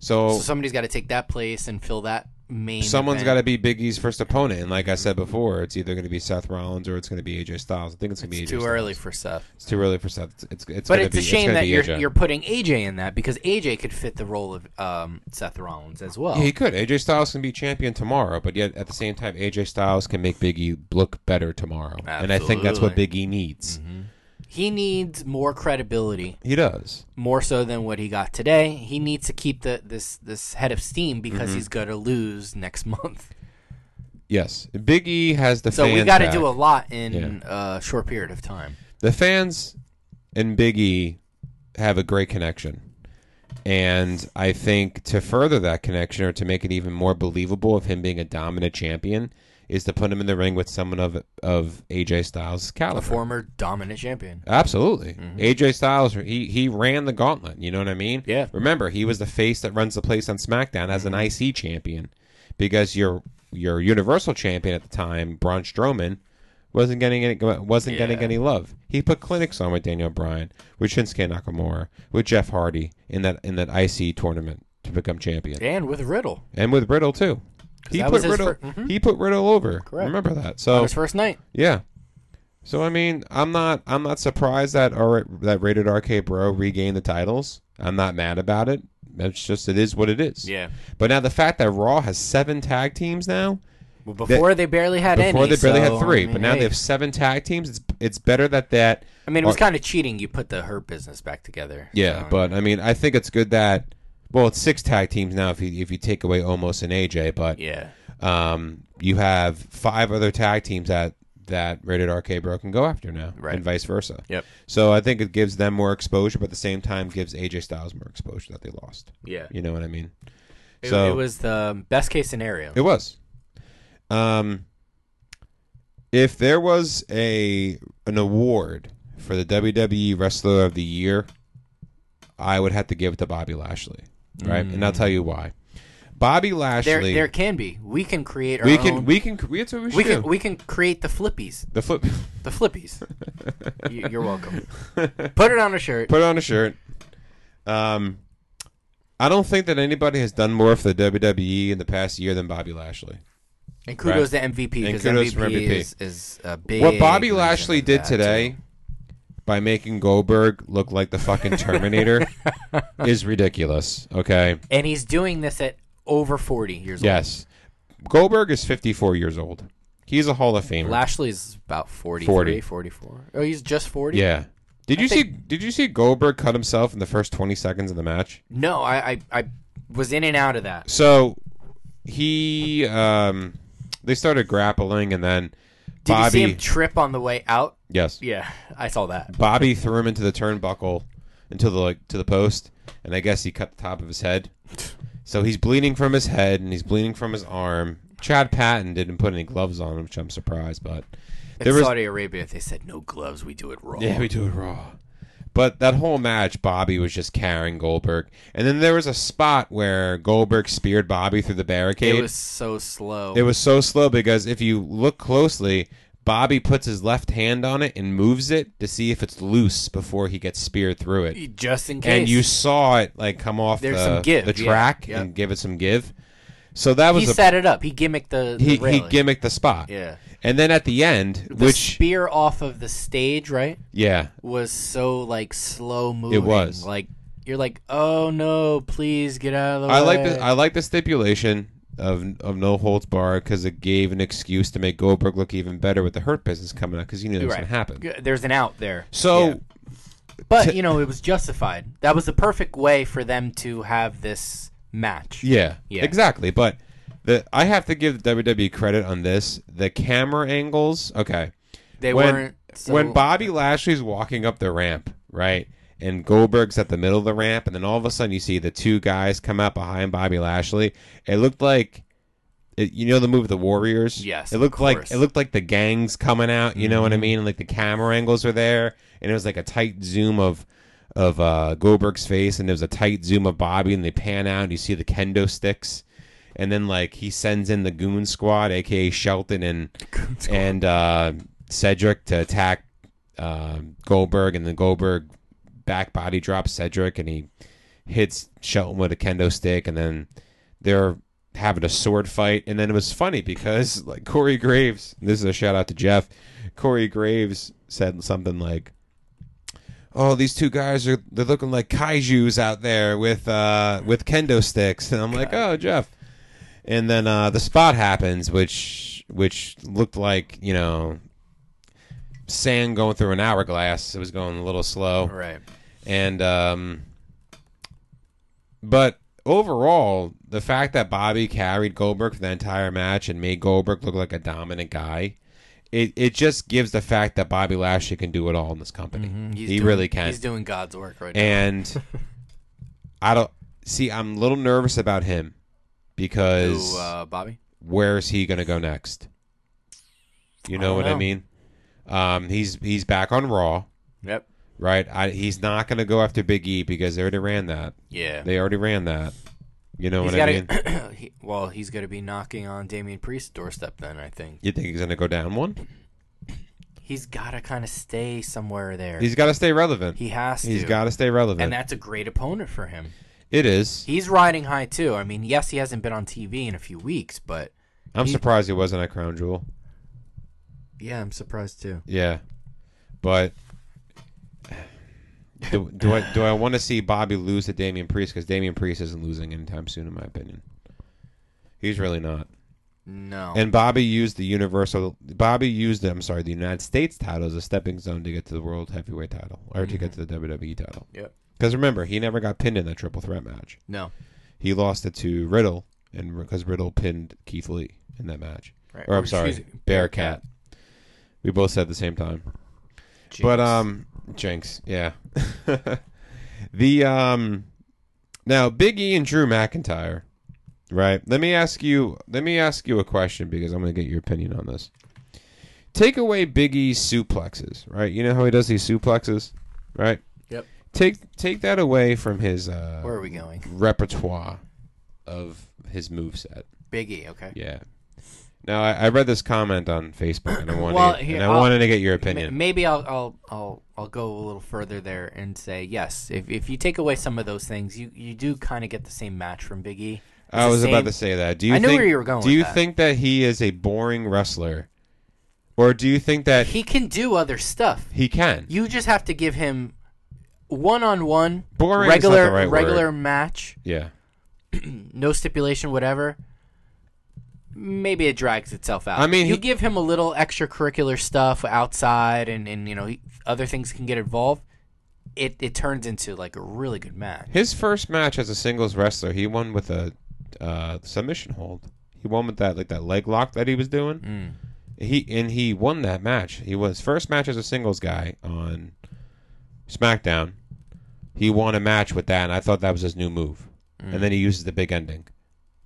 S5: So somebody's got to take that place and fill that main.
S4: Someone's got
S5: event.
S4: to be Big E's first opponent, and like I said before, it's either going to be Seth Rollins or it's going to be AJ Styles. I think it's going to be AJ
S5: It's too
S4: Styles.
S5: early for Seth.
S4: It's too early for Seth. It's, it's, it's
S5: But
S4: gonna
S5: it's
S4: be,
S5: a shame
S4: it's gonna
S5: that
S4: be
S5: you're
S4: AJ.
S5: you're putting AJ in that because AJ could fit the role of um, Seth Rollins as well.
S4: Yeah, he could. AJ Styles can be champion tomorrow, but yet at the same time, AJ Styles can make Big E look better tomorrow, and I think that's what
S5: Absolutely. Mm-hmm.
S4: Big E needs.
S5: He needs more credibility,
S4: He does.
S5: more so than what he got today. He
S4: Mm-hmm.
S5: needs to keep the this this head of steam because he's going to lose next month.
S4: Yes, Big E has the
S5: So
S4: fans.
S5: we got to
S4: back.
S5: do a lot in a short period of time.
S4: the fans and Big E have a great connection. And I think to further that connection or to make it even more believable of him being a dominant champion is to put him in the ring with someone of of AJ Styles'
S5: A
S4: caliber.
S5: former dominant champion.
S4: Absolutely.
S5: Mm-hmm.
S4: AJ Styles, he he ran the gauntlet. You know what I mean?
S5: Yeah. Mm-hmm.
S4: Remember, he was the face that runs the place on SmackDown as an IC champion, because your your Universal champion at the time, Braun Strowman, wasn't getting any wasn't getting
S5: Yeah.
S4: any love. He put clinics on with Daniel Bryan, with Shinsuke Nakamura, with Jeff Hardy in that in that IC tournament to become champion,
S5: And with Riddle
S4: and with Riddle too. He
S5: that
S4: put
S5: was his
S4: Riddle.
S5: fir- mhm.
S4: He put Riddle over.
S5: Correct.
S4: Remember that. So
S5: on his first night.
S4: yeah. So I mean, I'm not I'm not surprised that R- that Rated RK Bro regained the titles. I'm not mad about it. That's just it is what it is.
S5: Yeah.
S4: But now the fact that Raw has seven tag teams now,
S5: Well, before they barely had any.
S4: before they barely
S5: so,
S4: had three,
S5: I mean,
S4: but now
S5: hey.
S4: they have seven tag teams. It's it's better that that.
S5: I mean, it was
S4: Or-
S5: kind of cheating. You put the Hurt business back together.
S4: Yeah,
S5: so.
S4: but I mean, I think it's good that. Well, it's six tag teams now if you if you take away Omos and AJ, but
S5: yeah,
S4: um, you have five other tag teams that that Rated RK Bro can go after now,
S5: Right.
S4: and vice versa.
S5: Yep.
S4: So I think it gives them more exposure, but at the same time gives AJ Styles more exposure that they lost.
S5: yeah.
S4: You know what I mean?
S5: It,
S4: so
S5: it was the best case scenario.
S4: It was. Um, if there was a an award for the WWE Wrestler of the Year, I would have to give it to Bobby Lashley, right? And I'll tell you why. Bobby
S5: there,
S4: Lashley.
S5: there can be. We can create our
S4: we
S5: own.
S4: can we can that's what we should
S5: we
S4: do.
S5: can we can create the flippies.
S4: the flip.
S5: The flippies. you, you're welcome. Put it on a shirt.
S4: put on a shirt. Um, I don't think that anybody has done more for the WWE in the past year than Bobby Lashley.
S5: And kudos to MVP because
S4: kudos
S5: MVP,
S4: for MVP.
S5: Is, is a big.
S4: what Bobby
S5: reason
S4: Lashley
S5: for
S4: did
S5: that,
S4: today
S5: too.
S4: by making Goldberg look like the fucking Terminator is ridiculous. Okay.
S5: and he's doing this at over 40 years
S4: Yes. Goldberg is 54 years old. He's a Hall of Famer.
S5: old. Lashley's about 43,
S4: 40.
S5: 44. Oh, he's just 40.
S4: yeah. Did you see? Did you see Goldberg cut himself in the first 20 seconds of the match?
S5: No, I, I I was in and out of that.
S4: So he, um, they started grappling, and then
S5: Did
S4: Bobby.
S5: you see him trip on the way out?
S4: yes.
S5: Yeah, I saw that.
S4: Bobby threw him into the turnbuckle, into the like to the post, and I guess he cut the top of his head. So he's bleeding from his head and he's bleeding from his arm. Chad Patton didn't put any gloves on him, which I'm surprised, but
S5: In
S4: there was
S5: Saudi Arabia, they said no gloves. We do it raw.
S4: yeah, we do it raw. But that whole match, Bobby was just carrying Goldberg, and then there was a spot where Goldberg speared Bobby through the barricade.
S5: it was so slow.
S4: It was so slow because if you look closely, Bobby puts his left hand on it and moves it to see if it's loose before he gets speared through it.
S5: just in case.
S4: and you saw it like come off
S5: There's
S4: the,
S5: some give,
S4: the
S5: yeah,
S4: track
S5: yeah.
S4: and give it some give. So that was
S5: he
S4: a,
S5: set it up. He gimmicked the, the
S4: he, he
S5: railing.
S4: gimmicked the spot.
S5: Yeah.
S4: And then at the end,
S5: the
S4: which
S5: spear off of the stage, right?
S4: yeah,
S5: Was so like slow moving.
S4: was.
S5: like you're like, oh no, please get out of the way.
S4: I like the I like the stipulation of of no holds bar because it gave an excuse to make Goldberg look even better with the hurt business coming up because you knew that was
S5: Right.
S4: gonna happen.
S5: G- There's an out there.
S4: So
S5: Yeah. But you know, it was justified. That was the perfect way for them to have this match.
S4: Yeah,
S5: Yeah.
S4: exactly. But the I have to give WWE credit on this. The camera angles, okay.
S5: They
S4: when,
S5: weren't so-
S4: when Bobby Lashley's walking up the ramp, right, and Goldberg's at the middle of the ramp, and then all of a sudden you see the two guys come out behind Bobby Lashley. It looked like. It, you know the movie The Warriors.
S5: Yes,
S4: it
S5: of
S4: looked like
S5: course. Mm-hmm.
S4: it looked like the gangs coming out. You know what I mean? Like the camera angles were there, and it was like a tight zoom of of uh, Goldberg's face, and there was a tight zoom of Bobby, and they pan out, and you see the kendo sticks, and then like he sends in the Goon Squad, aka Shelton and and uh, Cedric to attack uh, Goldberg, and then Goldberg back body drops Cedric, and he hits Shelton with a kendo stick, and then they're having a sword fight. And then it was funny because like Corey Graves, this is a shout out to Jeff. Corey Graves said something like, "Oh, these two guys are they're looking like kaiju's out there with uh with kendo sticks," and I'm like, "Oh, Jeff." And then uh, the spot happens, which which looked like you know sand going through an hourglass. It was going a little slow
S5: right.
S4: and um, but overall, the fact that Bobby carried Goldberg for the entire match and made Goldberg look like a dominant guy, it, it just gives the fact that Bobby Lashley can do it all in this company.
S5: Mm-hmm. He's
S4: He
S5: doing-
S4: really can.
S5: He's doing God's work right now.
S4: and I don't see. I'm a little nervous about him because
S5: Who, uh, Bobby?
S4: where's he going to go next? You know
S5: don't
S4: what I
S5: know.
S4: mean? Um, he's he's back on Raw,
S5: Yep.
S4: right? I, he's not going to go after Big E because they already ran that.
S5: Yeah.
S4: They already ran that. You know
S5: He's
S4: what
S5: got
S4: I mean?
S5: to. he, well, he's going to be knocking on Damian Priest's doorstep then, I think.
S4: You think he's going to go down one?
S5: He's got to kind of stay somewhere there.
S4: He's got to stay relevant.
S5: he has to.
S4: He's got to stay relevant.
S5: And that's a great opponent for him.
S4: it is.
S5: He's riding high, too. I mean, yes, he hasn't been on TV in a few weeks, but
S4: I'm
S5: he-
S4: surprised he wasn't at Crown Jewel.
S5: yeah, I'm surprised, too.
S4: Yeah, but do, do I do I want to see Bobby lose to Damian Priest? Because Damian Priest isn't losing anytime soon, in my opinion. He's really not.
S5: No.
S4: And Bobby used the universal. Bobby used I'm sorry, the United States title as a stepping stone to get to the world heavyweight title or to
S5: Mm-hmm.
S4: get to the WWE title.
S5: yep.
S4: Because remember, he never got pinned in that triple threat match.
S5: No.
S4: He lost it to Riddle, and because Riddle pinned Keith Lee in that match.
S5: Right.
S4: Or I'm
S5: Oh,
S4: sorry,
S5: excuse me.
S4: Bearcat. We both said at the same time. But um, Jinx, yeah. the um, now Big E and Drew McIntyre, right? Let me ask you. Let me ask you a question because I'm going to get your opinion on this. Take away Big E's suplexes, right? You know how he does these suplexes, right?
S5: Yep.
S4: Take take that away from his uh,
S5: Where are we going?
S4: repertoire of his moveset.
S5: Biggie, okay.
S4: Yeah. Now I, I read this comment on Facebook and I wanted
S5: Well,
S4: to,
S5: here,
S4: and I
S5: I'll-
S4: wanted to get your
S5: Ma-
S4: opinion.
S5: Maybe I'll, I'll I'll I'll go a little further there and say yes. If if you take away some of those things, you you do kind of get the same match from Big E. It's
S4: I
S5: the
S4: was about
S5: same-
S4: to say that. Do you
S5: I knew
S4: think,
S5: where you were going
S4: Do
S5: with
S4: you
S5: that.
S4: think that he is a boring wrestler, or do you think that he,
S5: He can do other stuff.
S4: can?
S5: You just have to give him one on one
S4: Boring is not
S5: regular
S4: the right
S5: regular
S4: word.
S5: match,
S4: yeah,
S5: no stipulation, whatever. Maybe it drags itself out.
S4: I mean,
S5: you
S4: he-
S5: give him a little extracurricular stuff outside, and and you know he- other things can get involved. It it turns into like a really good match.
S4: his first match as a singles wrestler, he won with a uh, submission hold. He won with that like that leg lock that he was doing.
S5: Mm.
S4: He and he won that match. He was first match as a singles guy on SmackDown. He won a match with that, and I thought that was his new move.
S5: Mm.
S4: And then he uses the big ending,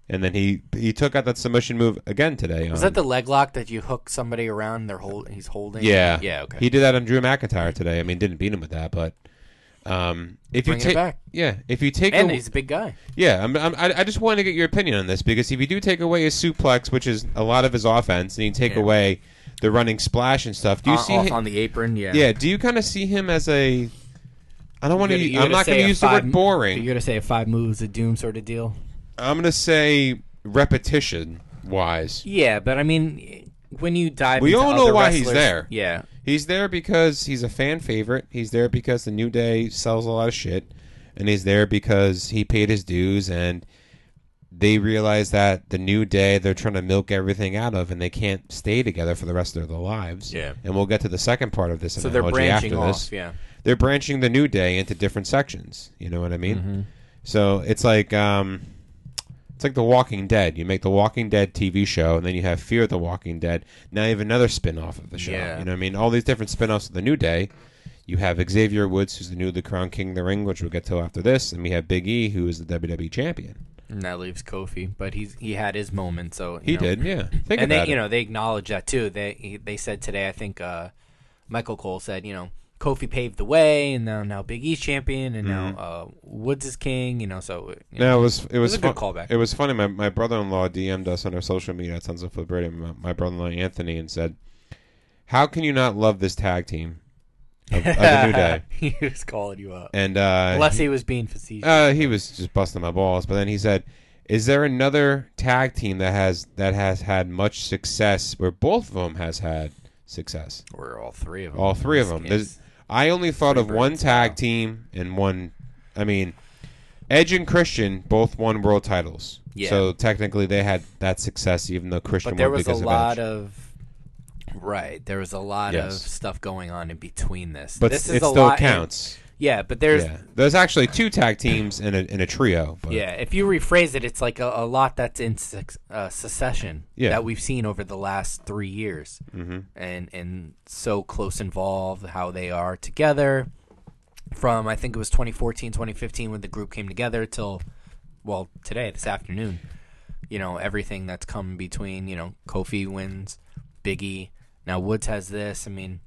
S4: and then he he took out that submission move again today.
S5: Was
S4: on,
S5: that the leg lock that you hook somebody around? They're hold. He's holding.
S4: Yeah.
S5: Yeah. Okay.
S4: He did that on Drew McIntyre today. I mean, didn't beat him with that, but um, if
S5: Bringing
S4: you
S5: it
S4: take
S5: back.
S4: yeah, if you take
S5: and
S4: aw-
S5: he's a big guy.
S4: yeah, I'm, I'm, I I just want to get your opinion on this because if you do take away his suplex, which is a lot of his offense, and you take
S5: Yeah.
S4: away the running splash and stuff, do you
S5: On-
S4: see
S5: off
S4: him,
S5: on the apron. Yeah.
S4: yeah, do you kind of see him as a I don't want
S5: You
S4: to.
S5: gotta- you
S4: I'm
S5: gotta
S4: not going
S5: say
S4: to
S5: a
S4: use the word
S5: five-
S4: boring.
S5: You gotta say a five moves a doom sort of deal.
S4: I'm going to say repetition wise.
S5: Yeah, but I mean, when you dive,
S4: We
S5: into
S4: all know
S5: other
S4: why he's
S5: wrestlers-
S4: there.
S5: Yeah.
S4: He's there because he's a fan favorite. He's there because the New Day sells a lot of shit, and he's there because he paid his dues and they realize that the New Day they're trying to milk everything out of, and they can't stay together for the rest of their lives.
S5: Yeah.
S4: and we'll get to the second part of this.
S5: So they're
S4: analogy
S5: branching
S4: after
S5: off.
S4: this
S5: Yeah.
S4: they're branching the new day into different sections. You know what I mean?
S5: Mm-hmm.
S4: So it's like um, it's like The Walking Dead. You make The Walking Dead TV show, and then you have Fear of the Walking Dead. Now you have another spin off of the show.
S5: Yeah.
S4: You know what I mean? All these different spin offs of the new day. You have Xavier Woods, who's the newly crowned king of the ring, which we'll get to after this, and we have Big E, who is the WWE champion.
S5: And that leaves Kofi, but he's he had his moment. So you
S4: He
S5: know.
S4: did, yeah. Think
S5: and
S4: about
S5: they, you
S4: it.
S5: know, they acknowledge that too. They they said today, I think uh, Michael Cole said, you know, Kofi paved the way, and now now Big E's champion, and
S4: Mm-hmm.
S5: now uh, Woods is king. You know, so you know,
S4: No, it was it was,
S5: a
S4: fun-
S5: good callback.
S4: It was funny. My, my brother in law DM'd us on our social media at Sons of Flip Radio. My, my brother in law Anthony and said, "How can you not love this tag team of, of the New Day?"
S5: he was calling you up.
S4: And uh,
S5: Unless he was being facetious.
S4: uh, he was just busting my balls. But then he said, "Is there another tag team that has that has had much success where both of them has had success?
S5: or all three of them.
S4: All three of them. There's, I only thought of one tag team and one. I mean, Edge and Christian both won world titles.
S5: Yeah.
S4: So technically, they had that success, even though Christian
S5: but there
S4: won
S5: was a
S4: because
S5: lot
S4: of Edge.
S5: of right. There was a lot of
S4: Yes.
S5: stuff going on in between this.
S4: But
S5: this
S4: it
S5: is a
S4: still
S5: lot-
S4: counts.
S5: Yeah, but there's
S4: Yeah, there's actually two tag teams in a in a trio. But
S5: Yeah, if you rephrase it, it's like a, a lot that's in sec- uh, secession
S4: Yeah.
S5: that we've seen over the last three years, mm-hmm. and and so close involved how they are together. From I think it was 2014, 2015 when the group came together till, well, today this afternoon. You know everything that's come between. You know Kofi wins, Biggie. Now Woods has this. I mean,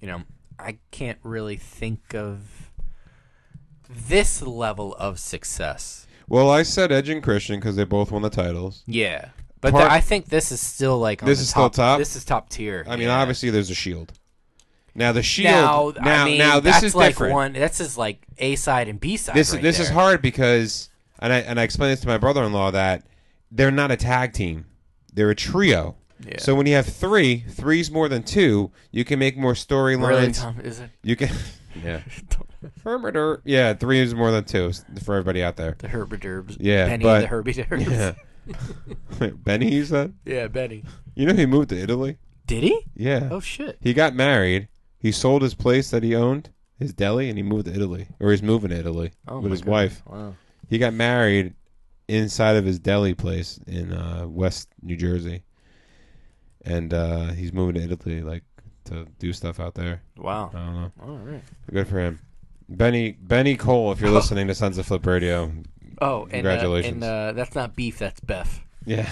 S5: you know I can't really think of this level of success.
S4: Well, I said Edge and Christian because they both won the titles.
S5: Yeah, but
S4: Part-
S5: th- I think this is still like on
S4: This
S5: the
S4: is still top?
S5: This is top tier.
S4: I mean,
S5: yeah.
S4: obviously there's a Shield. Now the Shield.
S5: Now,
S4: Now,
S5: I
S4: now,
S5: mean,
S4: this
S5: that's
S4: is
S5: like
S4: different.
S5: one. This is like A side and B side.
S4: this
S5: right
S4: this is
S5: there.
S4: hard because and I and I explained this to my brother-in-law that they're not a tag team. They're a trio.
S5: Yeah.
S4: So when you have three, three's more than two, you can make more
S5: Really,
S4: storylines.
S5: Tom? Is it
S4: you can Yeah. Perimeter. Yeah, three is more than two s- for everybody out there.
S5: the Herbiderbs?
S4: Yeah,
S5: Benny
S4: but-
S5: the Herbiderbs.
S4: Yeah. Benny you said?
S5: yeah, Benny.
S4: You know he moved to Italy?
S5: Did he?
S4: Yeah.
S5: Oh shit!
S4: He got married. He sold his place that he owned, his deli, and he moved to Italy. Or he's moving to Italy
S5: Oh,
S4: with
S5: my
S4: his
S5: goodness.
S4: wife.
S5: Wow.
S4: He got married inside of his deli place in uh, West New Jersey, and uh, he's moving to Italy, like to do stuff out there.
S5: Wow.
S4: I don't know.
S5: All right.
S4: Good for him, Benny Benny Cole. If you're listening to Sons of Flip Radio,
S5: Oh, and,
S4: Congratulations.
S5: Uh, and uh, that's not beef. That's Beth.
S4: yeah,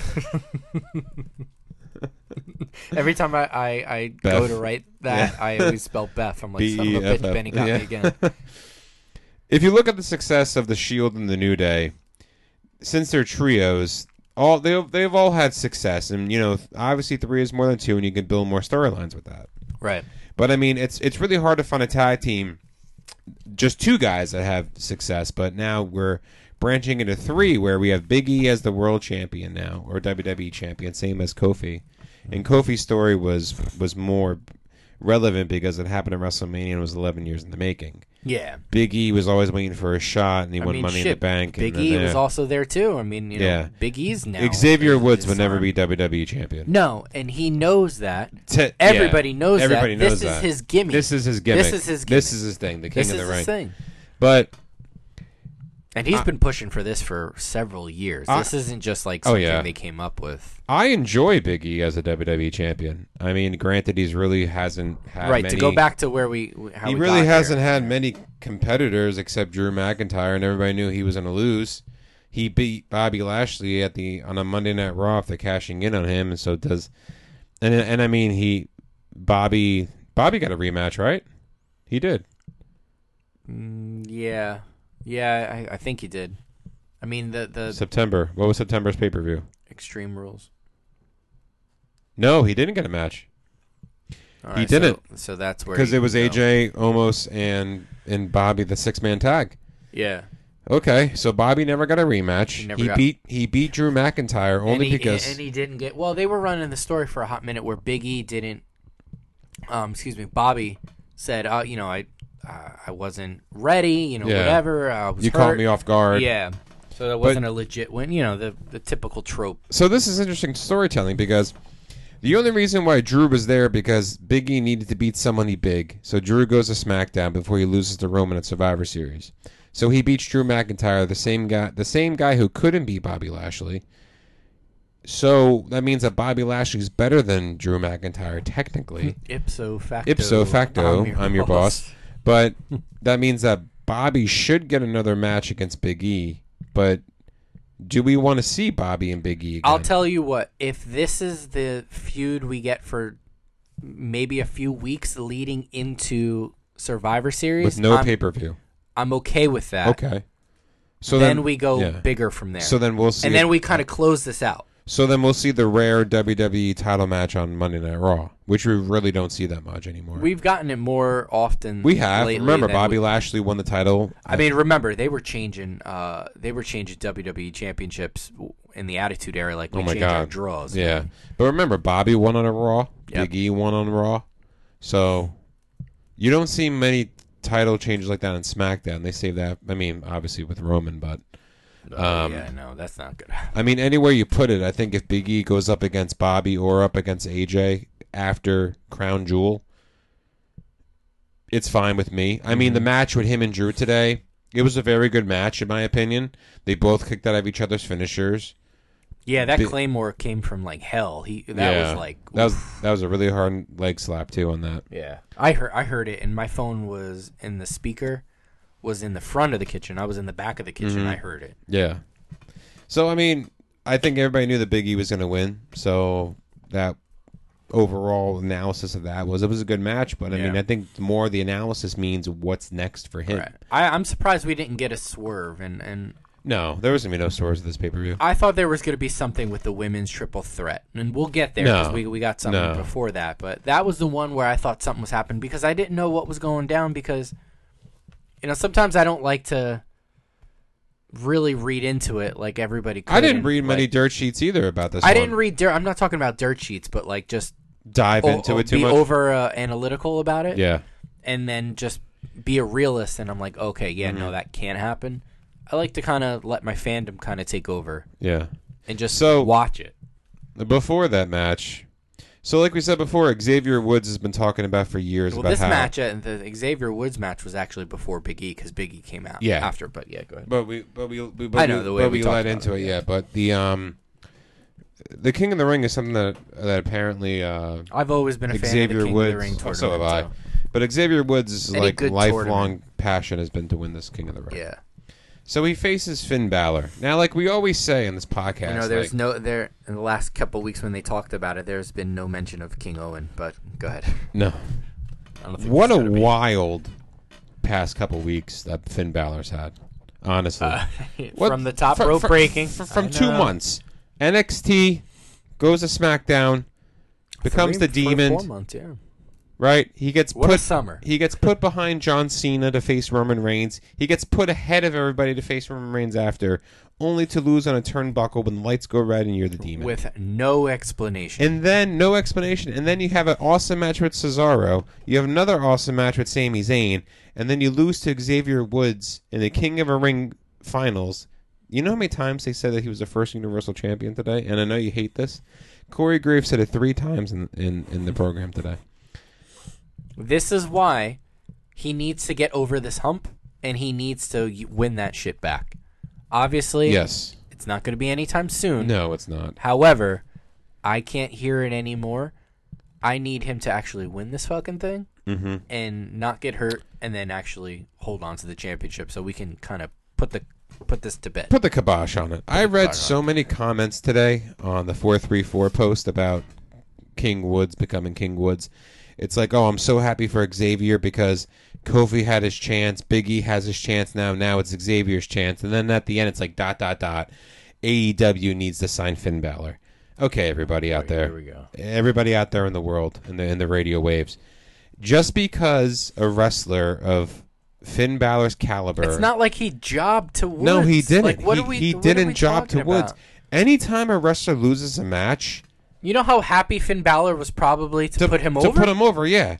S5: Every time I, I, I
S4: Beth.
S5: go to write that,
S4: Yeah.
S5: I always spell Beth. I'm like, son of a
S4: B E F
S5: bitch,
S4: F.
S5: Benny got
S4: Yeah.
S5: me again.
S4: if you look at the success of the Shield and the New Day, since they're trios, all they they've all had success, and you know obviously three is more than two, and you can build more storylines with that.
S5: Right.
S4: But I mean, it's it's really hard to find a tag team, just two guys that have success. But now we're branching into three, where we have Big E as the world champion now, or WWE champion, same as Kofi. And Kofi's story was was more relevant because it happened at WrestleMania and was 11 years in the making.
S5: Yeah.
S4: Big E was always waiting for a shot, and he won Money in the Bank.
S5: Big
S4: and
S5: E
S4: then-
S5: was also there too. I mean, you know,
S4: Yeah.
S5: Big E's now.
S4: Xavier Woods would
S5: It's
S4: never
S5: on.
S4: be WWE champion.
S5: No, and he knows that.
S4: Te- yeah.
S5: Everybody knows
S4: Everybody
S5: that.
S4: knows
S5: this is
S4: that.
S5: his gimme.
S4: This is his gimmick.
S5: This is
S4: This
S5: his gimmick.
S4: is his thing. The king
S5: This
S4: of the
S5: is
S4: ring. Uh,
S5: his thing.
S4: But
S5: And he's been pushing for this for several years.
S4: I-
S5: this isn't just like
S4: Oh,
S5: something
S4: yeah.
S5: they came up with.
S4: I enjoy Big E as a WWE champion. I mean, granted, he's really hasn't had
S5: right,
S4: many,
S5: to go back to where we how
S4: He
S5: we
S4: really
S5: got
S4: hasn't
S5: here.
S4: had many competitors except Drew McIntyre, and everybody knew he was going to lose. He beat Bobby Lashley at the on a Monday Night Raw. If they're cashing in on him, and so does, and and I mean he, Bobby Bobby got a rematch, right? He did.
S5: Yeah. Yeah, I, I think he did. I mean the the
S4: September. What was September's pay per view?
S5: extreme rules.
S4: No, he didn't get a match
S5: All
S4: He didn't.
S5: So, so that's where
S4: because
S5: he
S4: it was
S5: would go.
S4: AJ, Omos, and and Bobby the six man tag.
S5: Yeah.
S4: Okay, so Bobby never got a rematch.
S5: He
S4: He,
S5: never got-
S4: beat he beat Drew McIntyre only
S5: and he,
S4: because
S5: and he didn't get well they were running the story for a hot minute where big e didn't um excuse me bobby said uh you know i uh, i wasn't ready you know
S4: Yeah.
S5: whatever uh, i was
S4: you
S5: hurt.
S4: caught me off guard.
S5: yeah so that wasn't a legit win you know the the typical trope
S4: So this is interesting storytelling because the only reason why Drew was there because Biggie needed to beat somebody big. So Drew goes to SmackDown before he loses to Roman at Survivor Series. So he beats Drew McIntyre, the same guy, the same guy who couldn't beat Bobby Lashley. So that means that Bobby Lashley's better than Drew McIntyre technically.
S5: ipso facto
S4: ipso facto, Hmm. I'm your, boss. But that means that Bobby should get another match against Big E. But do we want to see Bobby and Big E? Again?
S5: i'll tell you what if this is the feud we get for maybe a few weeks leading into survivor series um,
S4: with no
S5: I'm,
S4: pay per view.
S5: I'm okay with that
S4: Okay. So
S5: then, we go
S4: yeah.
S5: bigger from there
S4: So then we'll see.
S5: and then we kind of close this out.
S4: so then we'll see the rare WWE title match on Monday Night Raw, which we really don't see that much anymore.
S5: We've gotten it more often.
S4: we have
S5: lately
S4: remember
S5: than
S4: Bobby
S5: we-
S4: Lashley won the title.
S5: I mean, remember they were changing. Uh, they were changing WWE championships w- in the Attitude Era, like we
S4: Oh my
S5: change our
S4: god,
S5: draws.
S4: Yeah, but remember, Bobby won on a Raw.
S5: Yep.
S4: Big E won on Raw. So you don't see many title changes like that on SmackDown. They save that. I mean, obviously with Roman, but
S5: Um, yeah, no, that's not good.
S4: I mean, anywhere you put it, I think if Big E goes up against Bobby or up against AJ after Crown Jewel, it's fine with me. I
S5: Mm-hmm.
S4: mean, the match with him and Drew today, it was a very good match in my opinion. They both kicked out of each other's finishers.
S5: Yeah, that
S4: Bi-
S5: claymore came from like hell. He that was like
S4: that was that was a really hard leg slap too on that.
S5: Yeah, I heard I heard it, and my phone was in the speaker, was in the front of the kitchen. I was in the back of the kitchen.
S4: Mm-hmm.
S5: I heard it.
S4: Yeah. So I mean, I think everybody knew that Big E was going to win. So that overall analysis of that was it was a good match, but I mean,
S5: Yeah.
S4: I think more of the analysis means what's next for him.
S5: I, I'm surprised we didn't get a swerve, and and
S4: No, there was gonna be no source of this pay per view.
S5: I thought there was going to be something with the women's triple threat, and we'll get there
S4: No.
S5: because we we got something
S4: No.
S5: before that. But that was the one where I thought something was happening because I didn't know what was going down because, you know, sometimes I don't like to really read into it like everybody. Could
S4: I didn't
S5: and,
S4: read many
S5: like-
S4: dirt sheets either about this.
S5: I
S4: one.
S5: didn't read dirt. I'm not talking about dirt sheets, but like just
S4: dive
S5: o-
S4: into
S5: o-
S4: it too
S5: be
S4: much.
S5: over uh, analytical about it.
S4: yeah,
S5: and then just be a realist. And I'm like, okay, yeah,
S4: Mm-hmm.
S5: no, that can't happen. I like to kind of let my fandom kind of take over
S4: yeah.
S5: and just
S4: So-
S5: watch it.
S4: Before that match, so like we said before, Xavier Woods has been talking about for years
S5: Well,
S4: about
S5: this
S4: how.
S5: match, uh, the Xavier Woods match, was actually before Big E because Big E came out
S4: Yeah.
S5: after. But yeah, go ahead.
S4: But we, but we, we but
S5: I know
S4: we,
S5: the way
S4: but
S5: we
S4: we
S5: talked
S4: led
S5: about
S4: into
S5: it,
S4: it, yeah. But the um, the King of the Ring is something that that apparently uh,
S5: I've always been a fan
S4: Xavier
S5: of the King
S4: Woods.
S5: of the Ring
S4: oh,
S5: tournament.
S4: so have I.
S5: so-
S4: But Xavier Woods'
S5: Any
S4: like
S5: good
S4: lifelong
S5: tournament.
S4: passion has been to win this King of the Ring.
S5: Yeah,
S4: So he faces Finn Balor now. Like we always say in this podcast,
S5: you know, there's
S4: like,
S5: no there in the last couple weeks when they talked about it. There's been no mention of King Owen, but go ahead.
S4: no.
S5: I don't think
S4: What
S5: it's
S4: a
S5: gonna be-
S4: wild past couple weeks that Finn Balor's had. Honestly,
S5: Uh,
S4: What-
S5: from the top
S4: fr-
S5: rope
S4: fr-
S5: breaking
S4: fr-
S5: I
S4: from two
S5: know.
S4: months. NXT goes to SmackDown, becomes
S5: Three-
S4: the
S5: for
S4: demon.
S5: Four months, yeah.
S4: Right? He gets
S5: What a
S4: put
S5: summer.
S4: He gets put behind John Cena to face Roman Reigns. He gets put ahead of everybody to face Roman Reigns after, only to lose on a turnbuckle when the lights go red and you're the demon.
S5: with no explanation.
S4: and then no explanation. And then you have an awesome match with Cesaro. You have another awesome match with Sami Zayn, and then you lose to Xavier Woods in the King of a Ring finals. You know how many times they said that he was the first Universal Champion today? And I know you hate this. Corey Graves said it three times in in, in the program today.
S5: this is why he needs to get over this hump and he needs to y- win that shit back. Obviously,
S4: Yes.
S5: it's not going to be anytime soon.
S4: No, it's not.
S5: However, I can't hear it anymore. I need him to actually win this fucking thing
S4: Mm-hmm.
S5: and not get hurt and then actually hold on to the championship so we can kind of put the put this to bed.
S4: put the kibosh on it. I read so many comments today on the 434 post about King Woods becoming King Woods. It's like, oh, I'm so happy for Xavier because Kofi had his chance, Biggie has his chance now. Now it's Xavier's chance, and then at the end, it's like dot dot dot. AEW needs to sign Finn Balor. Okay, everybody out there,
S5: we go.
S4: Everybody out there in the world, in the in the radio waves, just because a wrestler of Finn Balor's caliber,
S5: It's not like he jobbed to Woods.
S4: no, he didn't.
S5: Like, what
S4: he
S5: are we,
S4: he
S5: what are
S4: didn't
S5: we
S4: job to
S5: talking
S4: Woods.
S5: about?
S4: Anytime a wrestler loses a match,
S5: You know how happy Finn Balor was probably to, put him
S4: to
S5: over?
S4: put him over, yeah.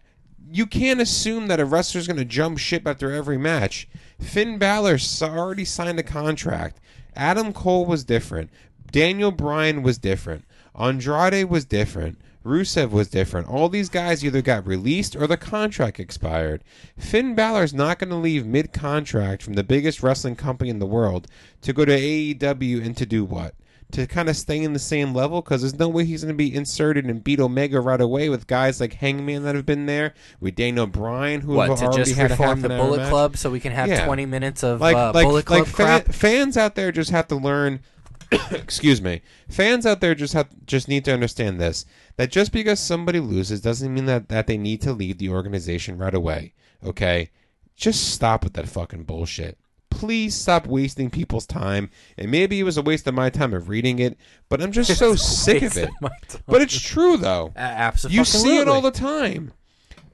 S4: You can't assume that a wrestler's going to jump ship after every match. Finn Balor s- already signed a contract. Adam Cole was different. Daniel Bryan was different. Andrade was different. Rusev was different. All these guys either got released or the contract expired. Finn Balor's not going to leave mid contract from the biggest wrestling company in the world to go to AEW and to do what? to kind of stay in the same level because there's no way he's going to be inserted and beat Omega right away with guys like Hangman that have been there, with Daniel Bryan who
S5: What
S4: have
S5: to
S4: already
S5: just
S4: had a half
S5: reform the
S4: an hour
S5: Bullet
S4: match.
S5: Club so we can have
S4: Yeah.
S5: 20 minutes of
S4: Like,
S5: uh,
S4: like,
S5: Bullet Club
S4: like fan,
S5: crap?
S4: fans out there just have to learn. excuse me. Fans out there just have just need to understand this that just because somebody loses doesn't mean that that they need to leave the organization right away. Okay, just stop with that fucking bullshit. Please stop wasting people's time. And maybe it was a waste of my time of reading it, but I'm just so sick of
S5: waste
S4: it.
S5: of my time.
S4: But it's true though.
S5: A- abso-
S4: You see it
S5: fucking-lutely.
S4: all the time.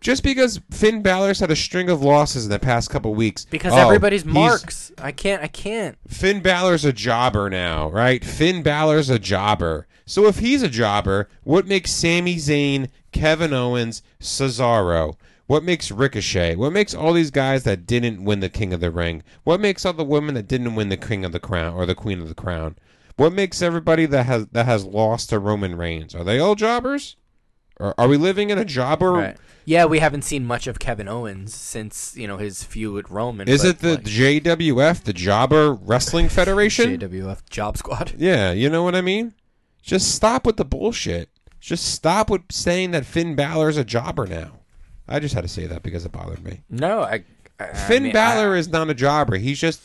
S4: Just because Finn Balor's had a string of losses in the past couple weeks,
S5: because
S4: oh,
S5: everybody's
S4: he's-
S5: marks. I can't. I can't.
S4: Finn Balor's a jobber now, right? Finn Balor's a jobber. So if he's a jobber, what makes Sami Zayn, Kevin Owens, Cesaro? What makes Ricochet? What makes all these guys that didn't win the King of the Ring? What makes all the women that didn't win the King of the Crown or the Queen of the Crown? What makes everybody that has that has lost to Roman Reigns? Are they all jobbers? Are, are we living in a job or
S5: Right. Um, Yeah, we haven't seen much of Kevin Owens since you know his feud with Roman.
S4: is
S5: but,
S4: it the
S5: like,
S4: JWF, the Jobber Wrestling Federation?
S5: JWF Job Squad?
S4: Yeah, you know what I mean? Just stop with the bullshit. Just stop with saying that Finn Balor's a jobber now. I just had to say that because it bothered me.
S5: No, I. I
S4: Finn
S5: I mean,
S4: Balor is not a jobber. He's just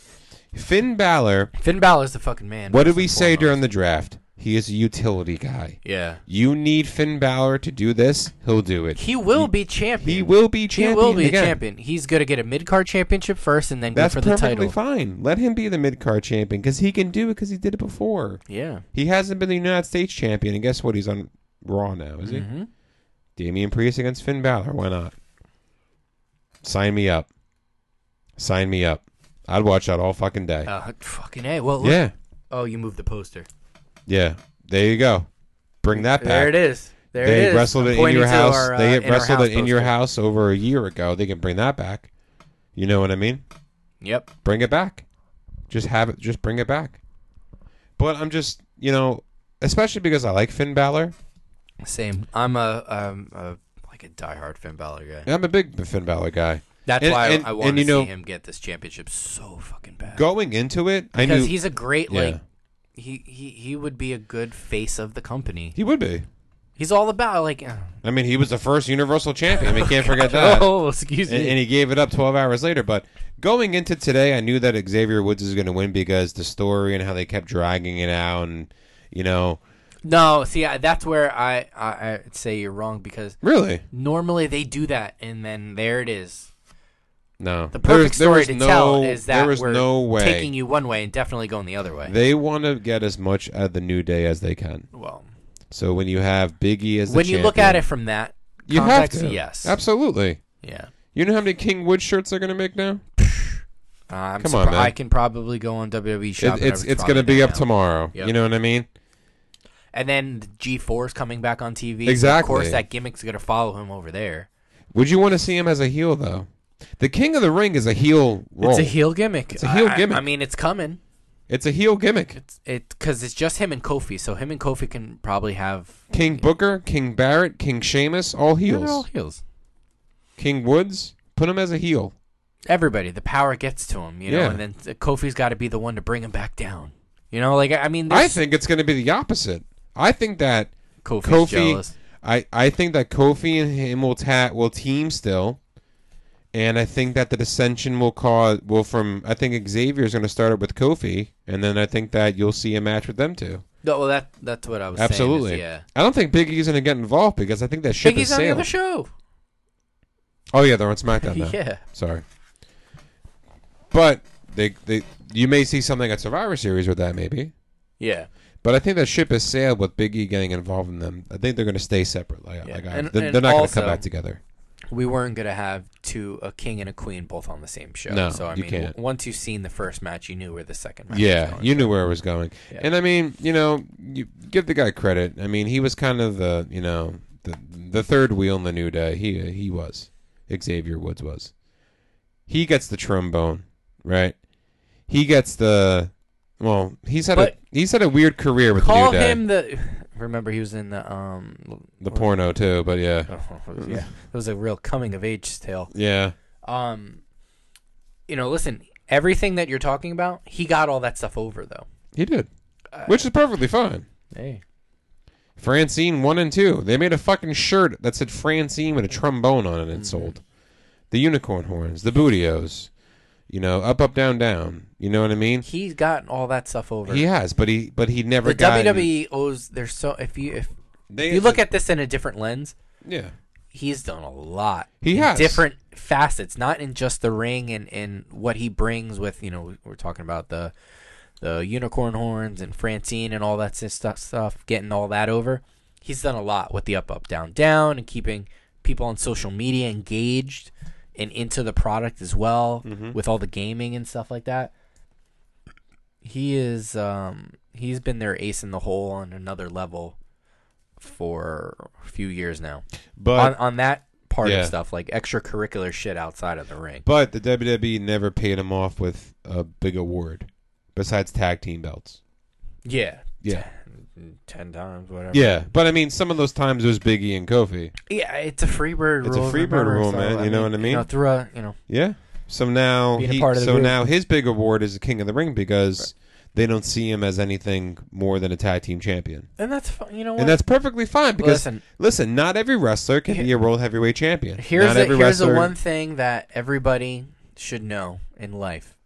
S4: Finn Balor.
S5: I, Finn Balor's the fucking man.
S4: What did
S5: first
S4: we
S5: and
S4: say
S5: foremost.
S4: during the draft? He is a utility guy.
S5: Yeah,
S4: You need Finn Balor to do this, he'll do it.
S5: he will be champion.
S4: He will be champion.
S5: He will be
S4: again.
S5: champion. He's gonna get a mid card championship first, and then
S4: That's
S5: go for the
S4: perfectly
S5: title.
S4: fine. Let him be the mid card champion because he can do it because he did it before.
S5: Yeah.
S4: He hasn't been the United States champion, and guess what? He's on Raw now, is he? Mm-hmm. Damian Priest against Finn Balor. Why not? Sign me up. Sign me up. I'd watch that all fucking day.
S5: Uh, fucking a. Well, look.
S4: yeah,
S5: Oh, you moved the poster.
S4: yeah. There you go. Bring that back.
S5: There it is. There
S4: they
S5: it is.
S4: wrestled
S5: I'm
S4: it in
S5: pointing
S4: your
S5: to
S4: house.
S5: our, uh,
S4: they
S5: in our
S4: wrestled it in your
S5: poster.
S4: house over a year ago. They can bring that back. You know what I mean?
S5: Yep.
S4: bring it back. Just have it. Just bring it back. But I'm just, you know, especially because I like Finn Balor.
S5: Same. I'm a um a like a diehard Finn Balor guy.
S4: I'm a big Finn Balor guy.
S5: That's
S4: And-
S5: why
S4: and-
S5: I want
S4: and,
S5: to
S4: you know-
S5: see him get this championship so fucking bad.
S4: Going into it, I knew
S5: because he's a great
S4: Yeah.
S5: like he, he he would be a good face of the company.
S4: he would be.
S5: He's all about like uh,
S4: I mean, he was the first Universal Champion. We can't forget that.
S5: oh excuse
S4: and,
S5: me.
S4: and he gave it up 12 hours later. But going into today, I knew that Xavier Woods is going to win because the story and how they kept dragging it out, and you know,
S5: no, see I, that's where I, I I'd say you're wrong because
S4: really,
S5: normally they do that and then there it is.
S4: no.
S5: The perfect
S4: there
S5: story
S4: was
S5: to
S4: no,
S5: tell is that
S4: there was
S5: we're
S4: no way
S5: taking you one way and definitely going the other way.
S4: They want to get as much out of the new day as they can.
S5: well,
S4: So when you have Biggie as the
S5: when you look at
S4: champion,
S5: it from that
S4: you have
S5: context,
S4: to.
S5: yes,
S4: absolutely.
S5: yeah.
S4: You know how many King Wood shirts they're going to make now?
S5: Uh, I'm
S4: Come on,
S5: surpri-
S4: man.
S5: I can probably go on WWE
S4: It-
S5: shop. and
S4: it's
S5: I would
S4: it's
S5: probably
S4: going to be
S5: know
S4: up
S5: now.
S4: tomorrow.
S5: Yep.
S4: You know what I mean?
S5: And then G4 is coming back on TV. Of
S4: Exactly.
S5: course, that gimmick's going to follow him over there.
S4: Would you want to see him as a heel though? The King of the Ring is a heel role.
S5: It's a heel gimmick. It's
S4: a heel gimmick.
S5: I, mean, it's coming.
S4: It's a heel gimmick.
S5: It's it because it's just him and Kofi. So him and Kofi can probably have
S4: King Booker, King Barrett, King Sheamus, all
S5: They're
S4: heels.
S5: all heels.
S4: King Woods, put him as a heel.
S5: Everybody, the power gets to him, you know.
S4: Yeah.
S5: And then Kofi's got to be the one to bring him back down. You know, like I mean,
S4: I
S5: there's-
S4: think it's going to be the opposite. I think that
S5: Kofi's
S4: Kofi.
S5: jealous.
S4: I, I think that Kofi and him will ta- will team still, and I think that the dissension will cause will from I think Xavier is going to start it with Kofi, and then I think that you'll see a match with them two.
S5: No, well, that that's what I was saying is,
S4: Absolutely.
S5: yeah.
S4: I don't think Big E's going to get involved because I think that ship
S5: Biggie's
S4: is
S5: on the
S4: sailed.
S5: other show.
S4: oh yeah, they're on SmackDown now.
S5: Yeah.
S4: Sorry, but they they you may see something at Survivor Series with that maybe.
S5: Yeah.
S4: But I think that ship has sailed with Big E getting involved in them. I think they're going to stay separate. Like,
S5: Yeah.
S4: like I-
S5: And-
S4: they're,
S5: and
S4: they're not going to
S5: also-
S4: come back together.
S5: we weren't gonna have two a king and a queen both on the same show.
S4: No,
S5: so I
S4: you
S5: mean,
S4: can't.
S5: w- once you've seen the first match, you knew where the second match. was
S4: Yeah,
S5: going.
S4: you knew where it was going.
S5: Yeah.
S4: And I mean, you know, you give the guy credit. I mean, he was kind of the, you know, the the third wheel in the new day. He uh, he was. Xavier Woods was. He gets the trombone, right? He gets the well, he's had
S5: But-
S4: a he's had a weird career with the
S5: Call
S4: new day.
S5: him the. Remember, he was in the um.
S4: the porno too, but yeah.
S5: Oh. yeah, it was a real coming of age tale.
S4: Yeah.
S5: Um, you know, listen, everything that you're talking about, he got all that stuff over though.
S4: He did.
S5: Uh,
S4: Which is perfectly fine.
S5: Hey,
S4: Francine one and two. They made a fucking shirt that said Francine with a trombone on it and sold. The unicorn horns, the bootios, you know, up, up, down, down. You know what I mean?
S5: he's got all that stuff over.
S4: He has, but he but he never
S5: the E
S4: got
S5: WWE owes. There's so if you if
S4: They,
S5: you look at this in a different lens,
S4: yeah.
S5: he's done a lot.
S4: He
S5: in
S4: has.
S5: different facets, not in just the ring and and what he brings with you know we're talking about the the unicorn horns and Francine and all that sis- stuff stuff getting all that over. He's done a lot with the up up down down and keeping people on social media engaged and into the product as well
S4: Mm-hmm.
S5: with all the gaming and stuff like that. He is um he's been their ace in the hole on another level for a few years now on,
S4: But
S5: on that part
S4: Yeah.
S5: of stuff, like extracurricular shit outside of the ring.
S4: but the WWE never paid him off with a big award besides tag team belts.
S5: Yeah.
S4: Yeah.
S5: ten times, whatever.
S4: Yeah, but I mean, some of those times it was Biggie and Kofi.
S5: Yeah, it's a free bird
S4: It's a
S5: rule.
S4: free bird
S5: remember,
S4: rule,
S5: so,
S4: man, you know what I mean?
S5: You know, through a, you know,
S4: Yeah. So now
S5: Being a
S4: he,
S5: part of the
S4: so
S5: group.
S4: now his big award is the King of the Ring because they don't see him as anything more than a tag team champion,
S5: and that's fine. You know what?
S4: and that's perfectly fine. Because listen,
S5: Listen.
S4: not every wrestler can be a world heavyweight champion.
S5: here's
S4: not
S5: the,
S4: every
S5: here's the
S4: wrestler-
S5: one thing that everybody should know in life: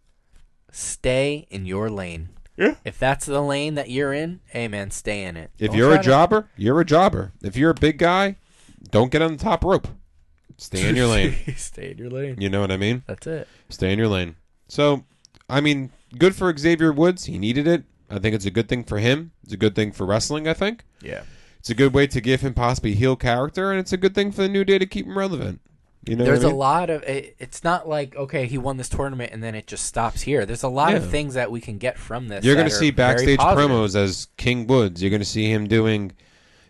S5: stay in your lane.
S4: Yeah.
S5: If that's the lane that you're in, hey man, stay in it.
S4: If
S5: Don't
S4: you're
S5: try
S4: a
S5: to-
S4: jobber, you're a jobber. If you're a big guy, don't get on the top rope. Stay in your lane.
S5: stay in your lane.
S4: You know what I mean?
S5: That's it.
S4: Stay in your lane. So, I mean, good for Xavier Woods. He needed it. I think it's a good thing for him. It's a good thing for wrestling, I think.
S5: Yeah.
S4: It's a good way to give him possibly heel character, and it's a good thing for the New Day to keep him relevant. You know,
S5: There's
S4: what I
S5: a
S4: mean?
S5: lot of it, it's not like okay he won this tournament and then it just stops here. There's a lot
S4: Yeah.
S5: of things that we can get from this.
S4: You're
S5: going
S4: going to
S5: to
S4: see backstage promos as King Woods. You're going to see him doing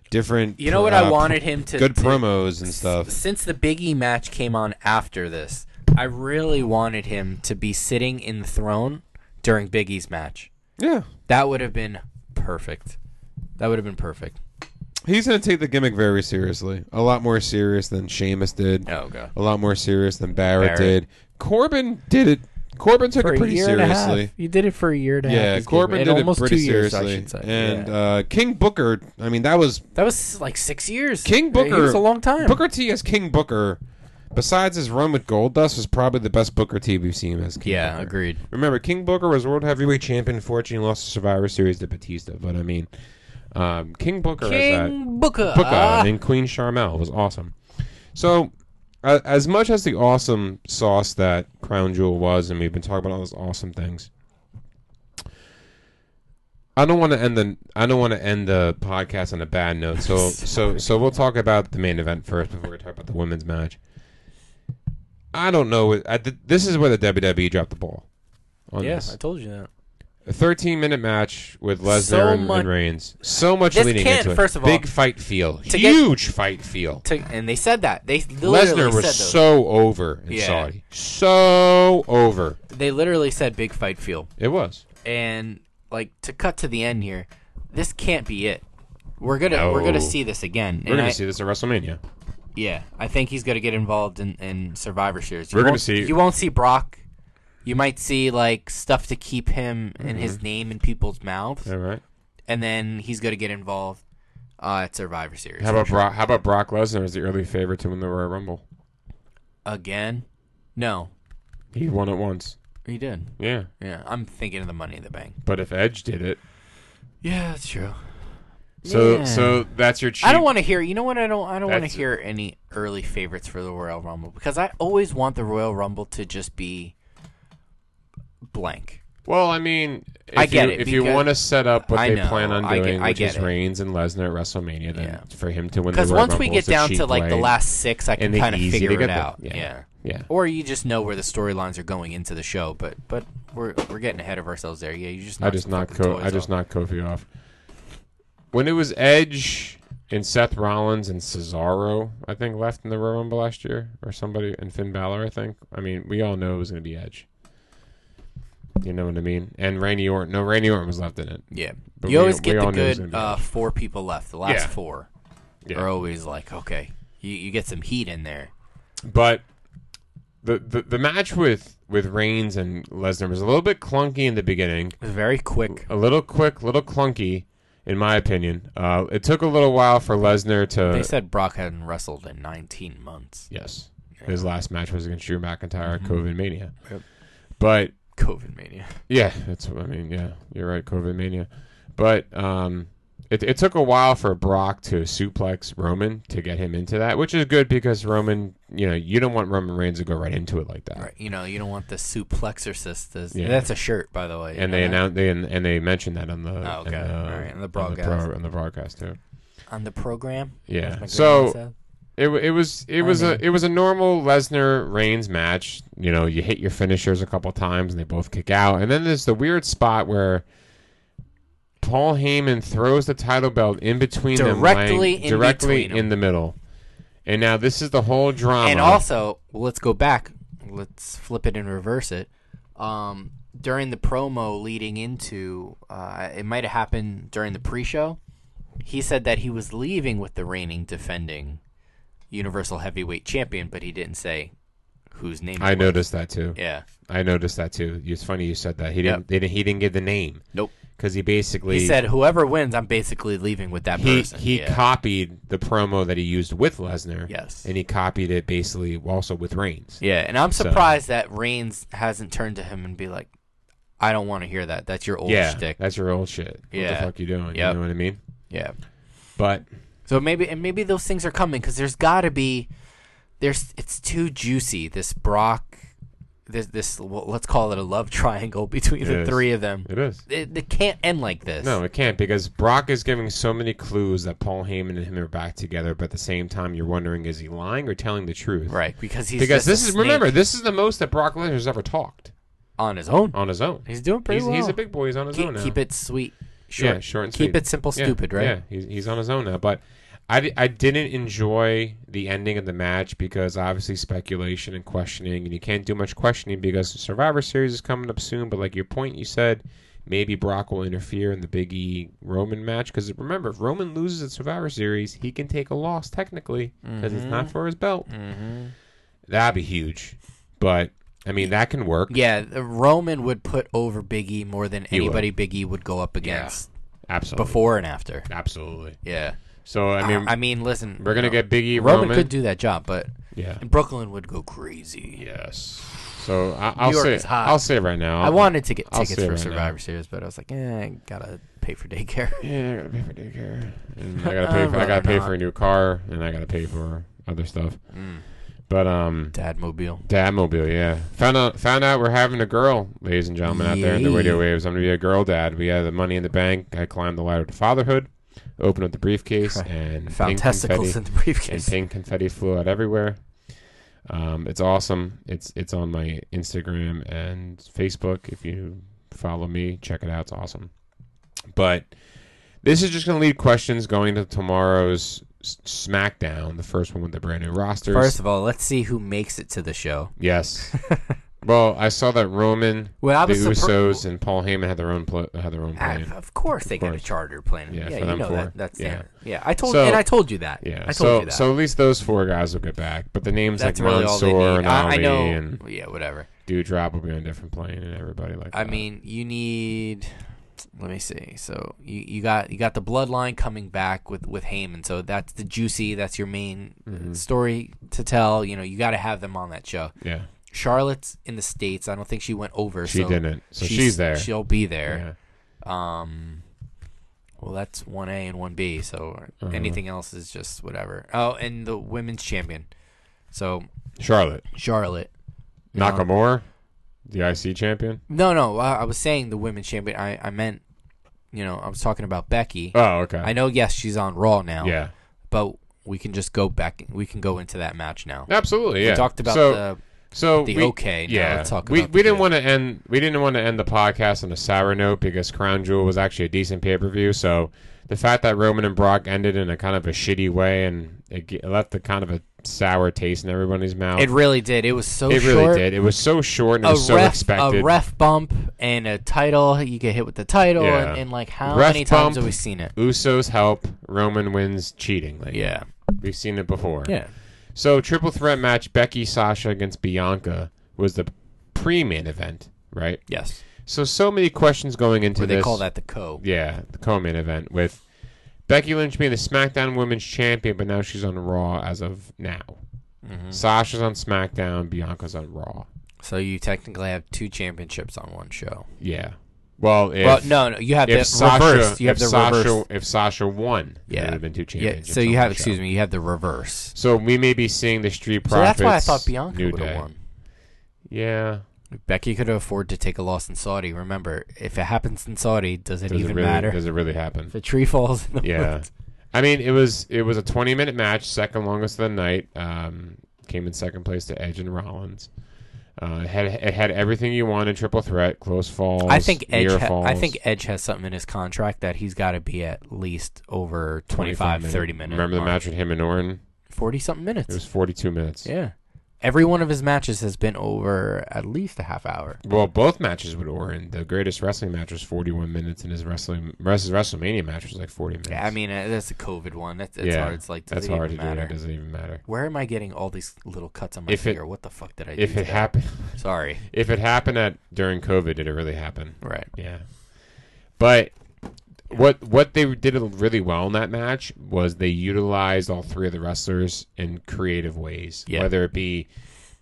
S4: different.
S5: You know what
S4: uh,
S5: I wanted him to
S4: Good
S5: to-
S4: promos and stuff.
S5: Since the Big E match came on after this, I really wanted him to be sitting in the throne during Big E's match.
S4: Yeah,
S5: That would have been perfect. That would have been perfect.
S4: he's going to take the gimmick very seriously. A lot more serious than Sheamus did.
S5: Oh, God.
S4: A lot more serious than Barrett,
S5: Barrett.
S4: did. Corbin did it. Corbin took it pretty seriously.
S5: You did it for a year and a
S4: Yeah, Corbin did it pretty seriously. and uh, King Booker, I mean, that was
S5: that was like six years.
S4: King Booker.
S5: It was a long time.
S4: Booker T as King Booker, besides his run with Goldust, was probably the best Booker T we've seen as King.
S5: Yeah,
S4: Booker.
S5: agreed.
S4: Remember, King Booker was world heavyweight champion. Fortunately, lost the Survivor Series to Batista. But I mean, um, King Booker is that.
S5: King Booker.
S4: Booker and Queen Charmel was awesome. So, uh, as much as the awesome sauce that Crown Jewel was, and we've been talking about all those awesome things, I don't want to end the I don't want to end the podcast on a bad note. So, so, so we'll talk about the main event first before we talk about the women's match. I don't know. I, th- this is where the WWE dropped the ball. On
S5: Yes,
S4: this.
S5: I told you that.
S4: a 13 minute match with Lesnar
S5: So
S4: and,
S5: much-
S4: and Reigns. So much
S5: This
S4: leading
S5: can,
S4: into it.
S5: first of all,
S4: big fight feel,
S5: to get-
S4: huge fight feel.
S5: To, and they said that they literally
S4: Lesnar was
S5: said those.
S4: so over in
S5: Yeah.
S4: Saudi, so over.
S5: they literally said big fight feel.
S4: It was.
S5: and like to cut to the end here, this can't be it. We're gonna we're
S4: No.
S5: gonna see this again.
S4: We're gonna see this at WrestleMania.
S5: Yeah, I think he's gonna get involved in, in Survivor Series. You
S4: We're gonna
S5: won't-
S4: see-
S5: You won't see Brock. You might see like stuff to keep him and
S4: Mm-hmm.
S5: his name in people's mouths,
S4: All right.
S5: and then he's gonna get involved uh, at Survivor Series
S4: How about Brock? How about Brock Lesnar as the early favorite to win the Royal Rumble?
S5: again. No,
S4: He won it once.
S5: he did.
S4: Yeah,
S5: Yeah, I'm thinking of the Money in the Bank.
S4: but if Edge did it,
S5: Yeah, that's true.
S4: so
S5: Yeah.
S4: so that's your. Cheap.
S5: I don't want to hear. You know what? I don't. I don't want to
S4: That's-
S5: hear any early favorites for the Royal Rumble because I always want the Royal Rumble to just be blank.
S4: Well, I mean, if
S5: I get
S4: you,
S5: it,
S4: If you
S5: because-
S4: want to set up what
S5: I
S4: they
S5: know,
S4: plan on
S5: I get-
S4: doing,
S5: I
S4: which
S5: get
S4: is
S5: it.
S4: Reigns and Lesnar at WrestleMania, then
S5: Yeah.
S4: for him to win the
S5: Because
S4: Royal
S5: once we
S4: Rumble
S5: get
S4: is a
S5: down
S4: cheap
S5: to like the
S4: way.
S5: last six, I can
S4: And they're
S5: kind of
S4: easy to
S5: figure
S4: get
S5: it
S4: there.
S5: out.
S4: Yeah.
S5: Yeah.
S4: Yeah.
S5: Or you just know where the storylines are going into the show, but but we're we're getting ahead of ourselves there. Yeah, you just
S4: I just knocked
S5: Co-
S4: Co- I just knocked Kofi off. When it was Edge and Seth Rollins and Cesaro, I think left in the Royal Rumble last year, or somebody and Finn Balor, I think. I mean, we all know it was going to be Edge. You know what I mean? And Randy Orton. No, Randy Orton was left in it.
S5: Yeah,
S4: But
S5: you
S4: we-
S5: always
S4: we
S5: get
S4: all
S5: the
S4: knew it was gonna
S5: good
S4: be
S5: uh,
S4: Edge.
S5: four people left. The last
S4: Yeah.
S5: four
S4: Yeah.
S5: are always like okay. You, you get some heat in there.
S4: But the, the the match with with Reigns and Lesnar was a little bit clunky in the beginning.
S5: Very quick.
S4: a little quick, little clunky, in my opinion. Uh, it took a little while for Lesnar to.
S5: They said Brock hadn't wrestled in 19 months.
S4: yes, his last match was against Drew McIntyre at
S5: Mm-hmm.
S4: COVID Mania. But
S5: COVID mania.
S4: yeah, that's I mean, yeah, you're right, COVID Mania. But um, it it took a while for Brock to suplex Roman to get him into that, which is good because Roman, you know, you don't want Roman Reigns to go right into it like that.
S5: Right. You know, you don't want the suplexorcist. To,
S4: Yeah.
S5: That's a shirt, by the way.
S4: And they announced they and, and they mentioned that on the
S5: Oh, okay.
S4: on the,
S5: All right, on the
S4: on
S5: broadcast.
S4: on the broadcast too.
S5: on the program.
S4: Yeah.
S5: as my
S4: So-
S5: grandma said.
S4: It, wa- it was it was a it was a normal Lesnar Reigns match. You know, you hit your finishers a couple times and they both kick out, and then there's the weird spot where Paul Heyman throws the title belt in between them,
S5: Directly
S4: laying-
S5: in
S4: directly
S5: between 'em.
S4: in the middle. And now this is the whole drama.
S5: and also, let's go back. Let's flip it and reverse it. Um, during the promo leading into, uh, it might have happened during the pre-show. he said that he was leaving with the reigning defending Universal Heavyweight Champion, but he didn't say whose name.
S4: I
S5: it was.
S4: noticed that too.
S5: Yeah.
S4: I noticed that too. It's funny you said that. He
S5: Yep.
S4: didn't. They didn't he didn't give the name
S5: Nope.
S4: because he basically
S5: He said, "Whoever wins, I'm basically leaving with that
S4: he,
S5: person."
S4: he
S5: yeah.
S4: copied the promo that he used with Lesnar.
S5: Yes.
S4: and he copied it basically also with Reigns.
S5: yeah, and I'm
S4: So-
S5: surprised that Reigns hasn't turned to him and be like, "I don't want to hear that. That's your old
S4: Yeah,
S5: shtick."
S4: that's your old shit. What
S5: Yeah.
S4: the fuck you doing?
S5: Yep.
S4: You know what I mean?
S5: yeah.
S4: But
S5: So maybe and maybe those things are coming because there's got to be there's it's too juicy this Brock this this well, let's call it a love triangle between the
S4: is.
S5: three of them.
S4: it is.
S5: It, it can't end like this.
S4: No, it can't because Brock is giving so many clues that Paul Heyman and him are back together. But at the same time, you're wondering is he lying or telling the truth?
S5: right? Because he's
S4: Because
S5: just a
S4: this is remember
S5: snake
S4: this is the most that Brock Lesnar's ever talked
S5: on his own.
S4: on his own.
S5: He's doing pretty
S4: he's,
S5: well.
S4: he's a big boy. He's on his
S5: Keep,
S4: own now.
S5: keep it sweet,
S4: Yeah,
S5: short,
S4: short and
S5: keep
S4: sweet.
S5: it simple,
S4: Yeah,
S5: stupid, right?
S4: Yeah, he's, he's on his own now. But I, di- I didn't enjoy the ending of the match because obviously speculation and questioning, and you can't do much questioning because Survivor Series is coming up soon. But like your point, you said maybe Brock will interfere in the Big E Roman match because remember, if Roman loses at Survivor Series, he can take a loss technically because it's
S5: Mm-hmm.
S4: not for his belt. That'd be huge. But I mean, that can work.
S5: Yeah, the Roman would put over Big E more than
S4: would.
S5: anybody Big E would go up against
S4: absolutely.
S5: before and after.
S4: Absolutely.
S5: Yeah.
S4: So I
S5: I
S4: mean,
S5: mean, listen.
S4: we're gonna
S5: you know,
S4: get Big E
S5: Roman,
S4: Roman.
S5: could do that job, but
S4: yeah.
S5: Brooklyn would go crazy.
S4: Yes. So I, I'll
S5: York
S4: say
S5: is hot.
S4: I'll say it right now.
S5: I wanted to get
S4: I'll
S5: tickets
S4: say it
S5: for
S4: right now.
S5: Survivor Series, but I was like, eh, I gotta pay for daycare.
S4: Yeah, I gotta pay for daycare. And I gotta pay
S5: I'd
S4: for I gotta
S5: rather
S4: pay
S5: not.
S4: for a new car, and I gotta pay for other stuff.
S5: Mm.
S4: But um,
S5: Dad mobile.
S4: dadmobile, yeah. Found out found out we're having a girl, ladies and gentlemen, out there in the
S5: Yay.
S4: radio waves. I'm gonna be a girl dad. We have the money in the bank. I climbed the ladder to fatherhood, opened up the briefcase, and
S5: Found
S4: pink
S5: testicles
S4: confetti-
S5: in the
S4: and
S5: briefcase.
S4: pink confetti flew out everywhere. Um, it's awesome. It's it's on my Instagram and Facebook. If you follow me, check it out. It's awesome. But this is just going to lead questions going to tomorrow's S- SmackDown, the first one with the brand new rosters.
S5: First of all, let's see who makes it to the show.
S4: yes. well, I saw that Roman,
S5: Well, I
S4: the
S5: was surpri-
S4: Usos, and Paul Heyman had their own pl- had their own
S5: Ah,
S4: plan.
S5: of course, they got a
S4: course.
S5: charter plane.
S4: Yeah,
S5: Yeah,
S4: for
S5: you
S4: them
S5: know
S4: four.
S5: that. That's
S4: Yeah.
S5: standard. Yeah, I told
S4: So-
S5: and I told you that.
S4: yeah,
S5: I told
S4: so
S5: you that.
S4: so at least those four guys will get back, but the names
S5: that's
S4: like
S5: really all
S4: Mansoor
S5: they need.
S4: and
S5: I, I
S4: Ali
S5: know.
S4: and
S5: Yeah, whatever.
S4: Dewdrop will be on a different plane and everybody like
S5: I
S4: that.
S5: mean, you need. Let me see. So you, you got you got the bloodline coming back with with Heyman. So that's the juicy. That's your main uh,
S4: Mm-hmm.
S5: story to tell. You know, you got to have them on that show.
S4: yeah,
S5: Charlotte's in the states. I don't think she went over.
S4: she
S5: so
S4: didn't, so she's, there.
S5: She'll be
S4: Yeah.
S5: there. Um. Well, that's one A and one B. So
S4: Uh-huh.
S5: anything else is just whatever. Oh, and the women's champion. So
S4: Charlotte
S5: Charlotte.
S4: Nakamura, the IC champion.
S5: No, no. I, I was saying the women's champion. I, I meant, you know, I was talking about Becky.
S4: Oh, okay.
S5: I know. Yes, she's on Raw now.
S4: Yeah,
S5: but we can just go back. We can go into that match now.
S4: absolutely. Yeah,
S5: We talked about
S4: so,
S5: the.
S4: so
S5: the
S4: we,
S5: okay, now
S4: Yeah,
S5: let's talk
S4: we
S5: about
S4: we
S5: the
S4: didn't
S5: good.
S4: want to end we didn't want to end the podcast on a sour note because Crown Jewel was actually a decent pay per view. So the fact that Roman and Brock ended in a kind of a shitty way and it, ge- it left a kind of a sour taste in everybody's mouth.
S5: It really did. It was so
S4: It
S5: short.
S4: really did. It was so short and it
S5: A
S4: was so
S5: ref,
S4: expected.
S5: a ref bump and a title. You get hit with the title,
S4: Yeah.
S5: and, and like how
S4: Ref
S5: many times
S4: bump.
S5: have we seen it?
S4: Usos help. Roman wins cheating. Like,
S5: Yeah,
S4: We've seen it before.
S5: yeah.
S4: So triple threat match Becky Sasha against Bianca was the pre-main event, right?
S5: Yes.
S4: So so many questions going into
S5: Or they
S4: this.
S5: call that the co.
S4: Yeah, the co-main event with Becky Lynch being the SmackDown Women's Champion, but now she's on Raw as of now.
S5: Mm-hmm.
S4: Sasha's on SmackDown, Bianca's on Raw.
S5: So you technically have two championships on one show.
S4: Yeah. Well, if,
S5: well, no, no. You have the
S4: if Sasha,
S5: reverse. You have
S4: if
S5: the
S4: Sasha,
S5: reverse.
S4: if Sasha won,
S5: Yeah.
S4: there would have been two
S5: Yeah.
S4: championships.
S5: So you
S4: on
S5: have.
S4: the show.
S5: Excuse me. You have the reverse.
S4: So we may be seeing the Street
S5: So
S4: Profits.
S5: that's why I thought Bianca
S4: New
S5: would have
S4: Day.
S5: won.
S4: Yeah.
S5: Becky could afford to take a loss in Saudi. Remember, if it happens in Saudi, does it
S4: Does
S5: even
S4: it really,
S5: matter?
S4: Does it really happen?
S5: If a tree falls in the
S4: Yeah. I mean, it was it was a 20 minute match, second longest of the night. Um, came in second place to Edge and Rollins. Uh, it had it had everything you wanted: triple threat, close falls.
S5: I think Edge.
S4: near
S5: Ha-
S4: falls.
S5: I think Edge has something in his contract that he's got to be at least over 25, 30 minutes.
S4: Remember the match with him and Orton?
S5: Forty something minutes.
S4: It was 42 minutes.
S5: yeah. Every one of his matches has been over at least a half hour.
S4: Well, both matches would were in. The greatest wrestling match was 41 minutes, and his wrestling his WrestleMania match was like 40 minutes.
S5: Yeah, I mean uh, that's a COVID one. That's, that's hard. It's like does
S4: that's
S5: it
S4: hard to
S5: even matter?
S4: do. It doesn't even matter.
S5: Where am I getting all these little cuts on my
S4: If it-
S5: finger? what the fuck did I do?
S4: If it
S5: today?
S4: happened,
S5: sorry,
S4: if it happened at during COVID, did it really happen?
S5: right?
S4: Yeah. But what what they did really well in that match was they utilized all three of the wrestlers in creative ways,
S5: Yeah.
S4: whether it be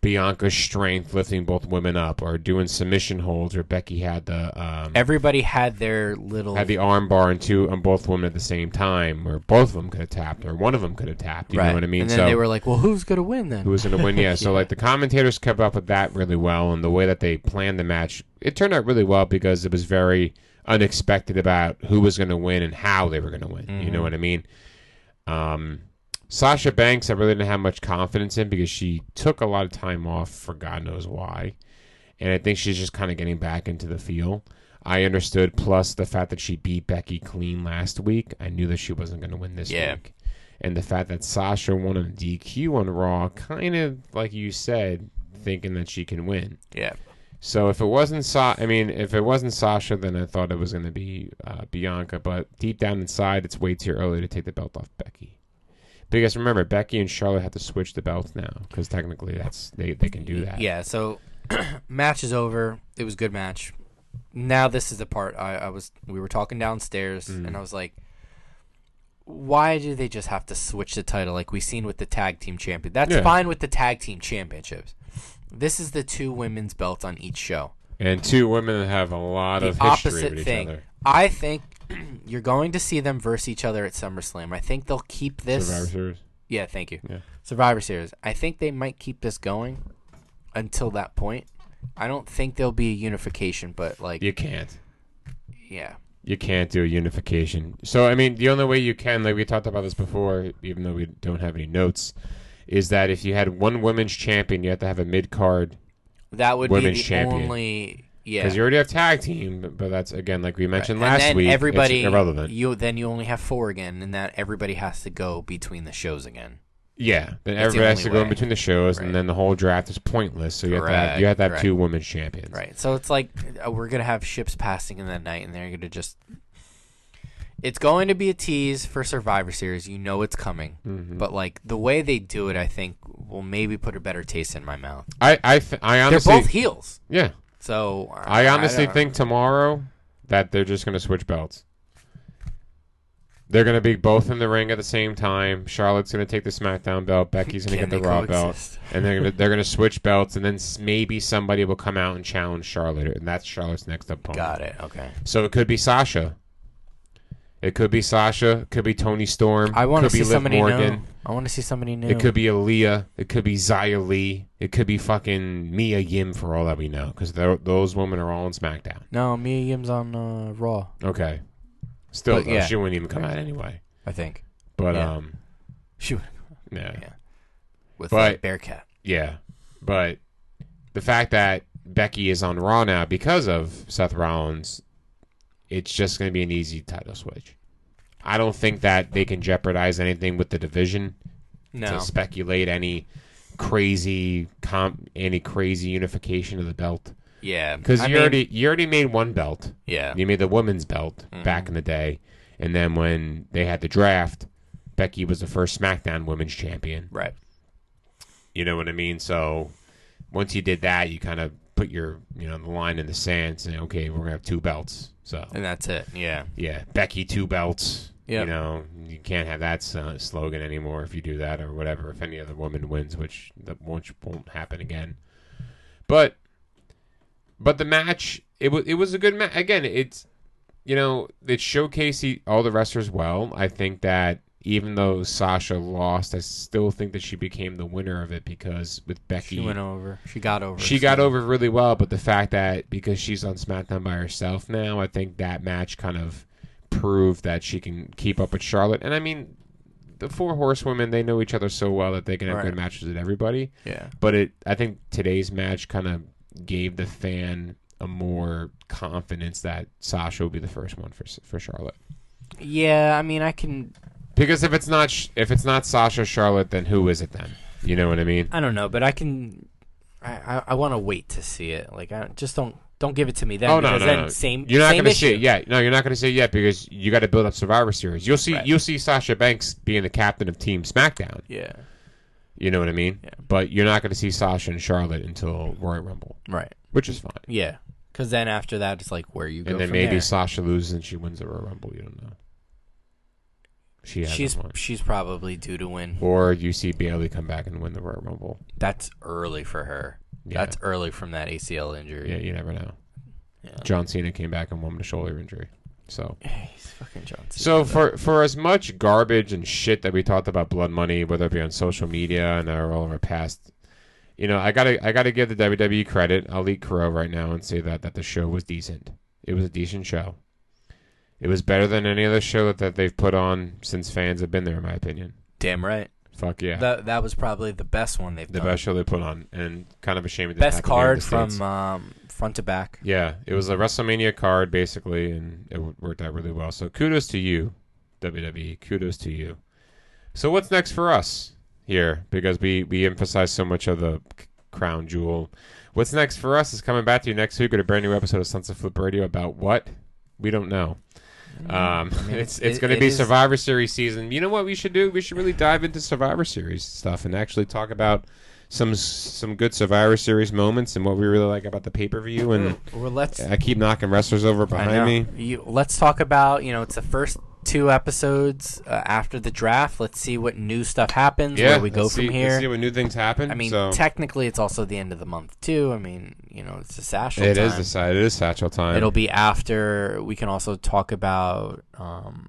S4: Bianca's strength lifting both women up, or doing submission holds, or Becky had the um,
S5: Everybody had their little
S4: had the arm bar and two on both women at the same time, or both of them could have tapped, or one of them could have tapped. You
S5: right.
S4: know what I mean?
S5: And then
S4: so
S5: they were like, "Well, who's gonna win then?"
S4: who was going to win? Yeah. So like the commentators kept up with that really well, and the way that they planned the match, it turned out really well because it was very unexpected about who was going to win and how they were going to win. You know what I mean? Um, Sasha Banks, I really didn't have much confidence in because she took a lot of time off for God knows why. And I think she's just kind of getting back into the feel. I understood, plus the fact that she beat Becky clean last week. I knew that she wasn't going to win this
S5: Yeah.
S4: week. And the fact that Sasha won on DQ on Raw, kind of like you said, thinking that she can win.
S5: yeah,
S4: So if it wasn't Sa- I mean, if it wasn't Sasha, then I thought it was going to be uh, Bianca. But deep down inside, it's way too early to take the belt off Becky. Because remember, Becky and Charlotte have to switch the belts now because technically that's they, they can do that.
S5: yeah. So match is over. It was a good match. Now this is the part I, I was. We were talking downstairs,
S4: Mm.
S5: and I was like, "Why do they just have to switch the title like we seen with the tag team champion? That's
S4: Yeah.
S5: fine with the tag team championships. This is the two women's belts on each show.
S4: And two women that have a lot
S5: the
S4: of history
S5: opposite
S4: with each
S5: thing.
S4: other.
S5: I think you're going to see them verse each other at SummerSlam. I think they'll keep this.
S4: Survivor Series.
S5: Yeah, thank you.
S4: Yeah.
S5: Survivor Series. I think they might keep this going until that point. I don't think there'll be a unification, but like,
S4: You can't.
S5: yeah,
S4: You can't do a unification. So I mean, the only way you can, like we talked about this before, even though we don't have any notes, is that if you had one women's champion, you have to have a mid card
S5: that would
S4: Women's
S5: be the
S4: champion.
S5: only. Yeah,
S4: because you already have tag team, but- but that's again like we mentioned
S5: and
S4: last
S5: then
S4: week. it's
S5: everybody
S4: irrelevant.
S5: You then you only have four again, and that everybody has to go between the shows again.
S4: yeah, then
S5: That's the
S4: everybody has
S5: only
S4: to go in
S5: way.
S4: between the shows,
S5: Right.
S4: and then the whole draft is pointless. So you have to have, you
S5: Correct,
S4: have, to have
S5: correct.
S4: two women's champions.
S5: Right. So it's like uh, we're gonna have ships passing in the night, and they're gonna just. It's going to be a tease for Survivor Series. You know it's coming,
S4: Mm-hmm.
S5: but like the way they do it, I think will maybe put a better taste in my mouth.
S4: I I, th- I
S5: They're
S4: honestly
S5: both heels,
S4: yeah.
S5: so
S4: I honestly
S5: don't-
S4: think tomorrow that they're just going to switch belts. They're going to be both in the ring at the same time. Charlotte's going to take the SmackDown belt. Becky's going to
S5: Can
S4: get the
S5: they
S4: Raw
S5: coexist?
S4: belt, and they're gonna, they're going to switch belts, and then s- maybe somebody will come out and challenge Charlotte, and that's Charlotte's next opponent.
S5: got it. Okay,
S4: So it could be Sasha. It could be Sasha. It could be Tony Storm.
S5: I want to
S4: Could be
S5: see
S4: Liv
S5: somebody
S4: Morgan.
S5: new. I want to see somebody new.
S4: It could be Aaliyah. It could be Zaya Lee. It could be fucking Mia Yim for all that we know, because those women are all in SmackDown.
S5: no Mia Yim's on uh, Raw,
S4: Okay. Still,
S5: But,
S4: though,
S5: yeah.
S4: she wouldn't even come out anyway.
S5: I think.
S4: But
S5: Yeah.
S4: um,
S5: Shoot,
S4: yeah,
S5: Yeah. with
S4: But-
S5: uh, Bearcat.
S4: yeah. But the fact that Becky is on Raw now because of Seth Rollins, it's just going to be an easy title switch. I don't think that they can jeopardize anything with the division
S5: No,
S4: to speculate any crazy comp, any crazy unification of the belt.
S5: yeah,
S4: Because
S5: I
S4: you
S5: mean,
S4: already you already made one belt.
S5: yeah,
S4: You made the women's belt back in the day, and then when they had the draft, Becky was the first SmackDown Women's Champion.
S5: right.
S4: You know what I mean? So once you did that, you kind of put your you know the line in the sand, saying, okay, we're gonna have two belts. So
S5: And that's it. Yeah.
S4: yeah, Becky two belts.
S5: Yep.
S4: You know, you can't have that s- uh, slogan anymore if you do that or whatever. If any other woman wins, which that won't, won't happen again. But, but the match, it was it was a good match. Again, it's you know it showcased e, all the wrestlers well. I think that even though Sasha lost, I still think that she became the winner of it because with Becky,
S5: She went over. She got over.
S4: she got over really well, but the fact that because she's on SmackDown by herself now, I think that match kind of proved that she can keep up with Charlotte. And I mean, the four horsewomen, they know each other so well that they can have
S5: Right.
S4: good matches with everybody.
S5: Yeah.
S4: But it, I think today's match kind of gave the fan a more confidence that Sasha will be the first one for for Charlotte.
S5: Yeah, I mean, I can.
S4: Because if it's not Sh- if it's not Sasha Charlotte, then who is it then? You know what I mean?
S5: I don't know, but I can. I I, I want to wait to see it. Like I just don't don't give it to me then.
S4: Oh no,
S5: because
S4: no,
S5: then
S4: no.
S5: Same.
S4: you're not
S5: same
S4: gonna
S5: issue.
S4: see it yet. No, you're not gonna see it yet because you got to build up Survivor Series. You'll see,
S5: Right.
S4: you'll see Sasha Banks being the captain of Team SmackDown.
S5: Yeah.
S4: You know what I mean? But you're not gonna see Sasha and Charlotte until Royal Rumble,
S5: Right.
S4: which is fine.
S5: Yeah. Because then after that, it's like where you go.
S4: and then
S5: from
S4: maybe
S5: there.
S4: Sasha loses and she wins the Royal Rumble. You don't know. She hasn't
S5: she's
S4: won.
S5: she's probably due to win.
S4: Or you see Bailey E come back and win the Royal Rumble.
S5: That's early for her.
S4: Yeah.
S5: That's early from that ACL injury.
S4: Yeah, you never know. John Cena came back and won with a shoulder injury. So,
S5: He's fucking Johnson.
S4: so for for as much garbage and shit that we talked about blood money, whether it be on social media and our, all of our past, you know, I gotta I gotta give the WWE credit. I'll eat crow right now and say that that the show was decent. It was a decent show. It was better than any other show that, that they've put on since fans have been there, in my opinion.
S5: Damn right.
S4: Fuck yeah,
S5: That that was probably the best one they've
S4: the
S5: done.
S4: best show they put on, and kind of a shame it didn't
S5: best
S4: happen here in
S5: card
S4: the States.
S5: from um, front to back.
S4: Yeah, it was a WrestleMania card basically, and it w- worked out really well. So kudos to you, WWE. Kudos to you. So what's next for us here? Because we we emphasize so much of the c- crown jewel. What's next for us is coming back to you next week with a brand new episode of Sunset Flip Radio about what we don't know. Um, it's it's
S5: Mm-hmm. it-
S4: going to
S5: it
S4: be
S5: is-
S4: Survivor Series season. You know what we should do? We should really dive into Survivor Series stuff and actually talk about some s- some good Survivor Series moments and what we really like about the pay per view and.
S5: Or let's
S4: I keep knocking wrestlers over
S5: I
S4: behind
S5: know.
S4: me.
S5: You, let's talk about you know it's the first two episodes uh, after the draft. Let's see what new stuff happens. where we go
S4: let's see,
S5: from
S4: Let's
S5: here.
S4: see what new things happen.
S5: I mean,
S4: so,
S5: technically, it's also the end of the month too. I mean, you know, it's a satchel
S4: it
S5: time.
S4: is the side. It is satchel time.
S5: It'll be after. We can also talk about um,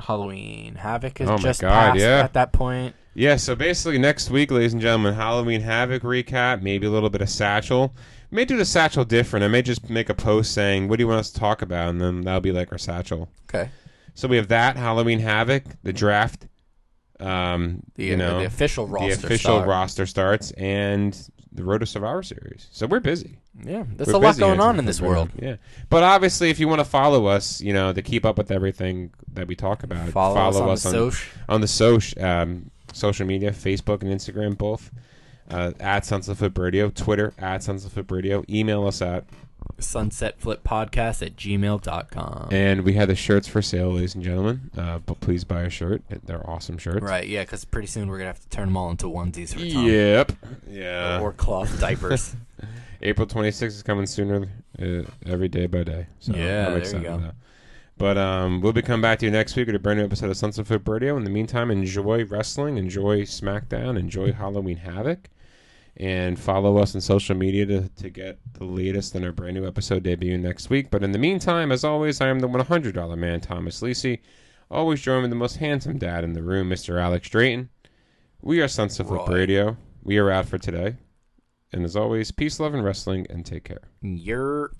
S5: Halloween Havoc is
S4: Oh my
S5: just
S4: God,
S5: passed
S4: yeah.
S5: at that point.
S4: yeah. So basically, next week, ladies and gentlemen, Halloween Havoc recap. Maybe a little bit of satchel. May do the satchel different. I may just make a post saying, "What do you want us to talk about?" And then that'll be like our satchel.
S5: Okay.
S4: So we have that Halloween Havoc, the draft. Um,
S5: The, uh,
S4: you know,
S5: the official roster.
S4: the official
S5: start.
S4: roster starts, and the Road to Survivor Series. So we're busy.
S5: Yeah, there's
S4: We're
S5: a lot
S4: busy
S5: going
S4: here.
S5: on in this world.
S4: Yeah. But obviously, if you want to follow us, you know, to keep up with everything that we talk about,
S5: Follow, us on, the social.
S4: on the soc- um, social media, Facebook and Instagram, both. Uh, at Sunset Flip Radio, Twitter at Sunset Flip Radio, email us at.
S5: sunsetflippodcast at gmail.com.
S4: And we had the shirts for sale, ladies and gentlemen. Uh, but please buy a shirt. They're awesome shirts.
S5: Right, yeah, because pretty soon we're going to have to turn them all into onesies for Tom.
S4: Yep. Yeah.
S5: Or cloth diapers.
S4: April 26th is coming sooner uh, every day by day. So
S5: Yeah, there you go.
S4: though. But um, we'll be coming back to you next week with a brand new episode of Sunset Flip Radio. In the meantime, enjoy wrestling, enjoy SmackDown, enjoy Halloween Havoc, and follow us on social media to, to get the latest in our brand new episode debut next week. But in the meantime, as always, I am the $100 man, Thomas Lisi, always joined with the most handsome dad in the room, Mr. Alex Drayton. We are Sunset Flip
S5: Right.
S4: Radio. We are out for today. And as always, peace, love, and wrestling, and take care.
S5: You're.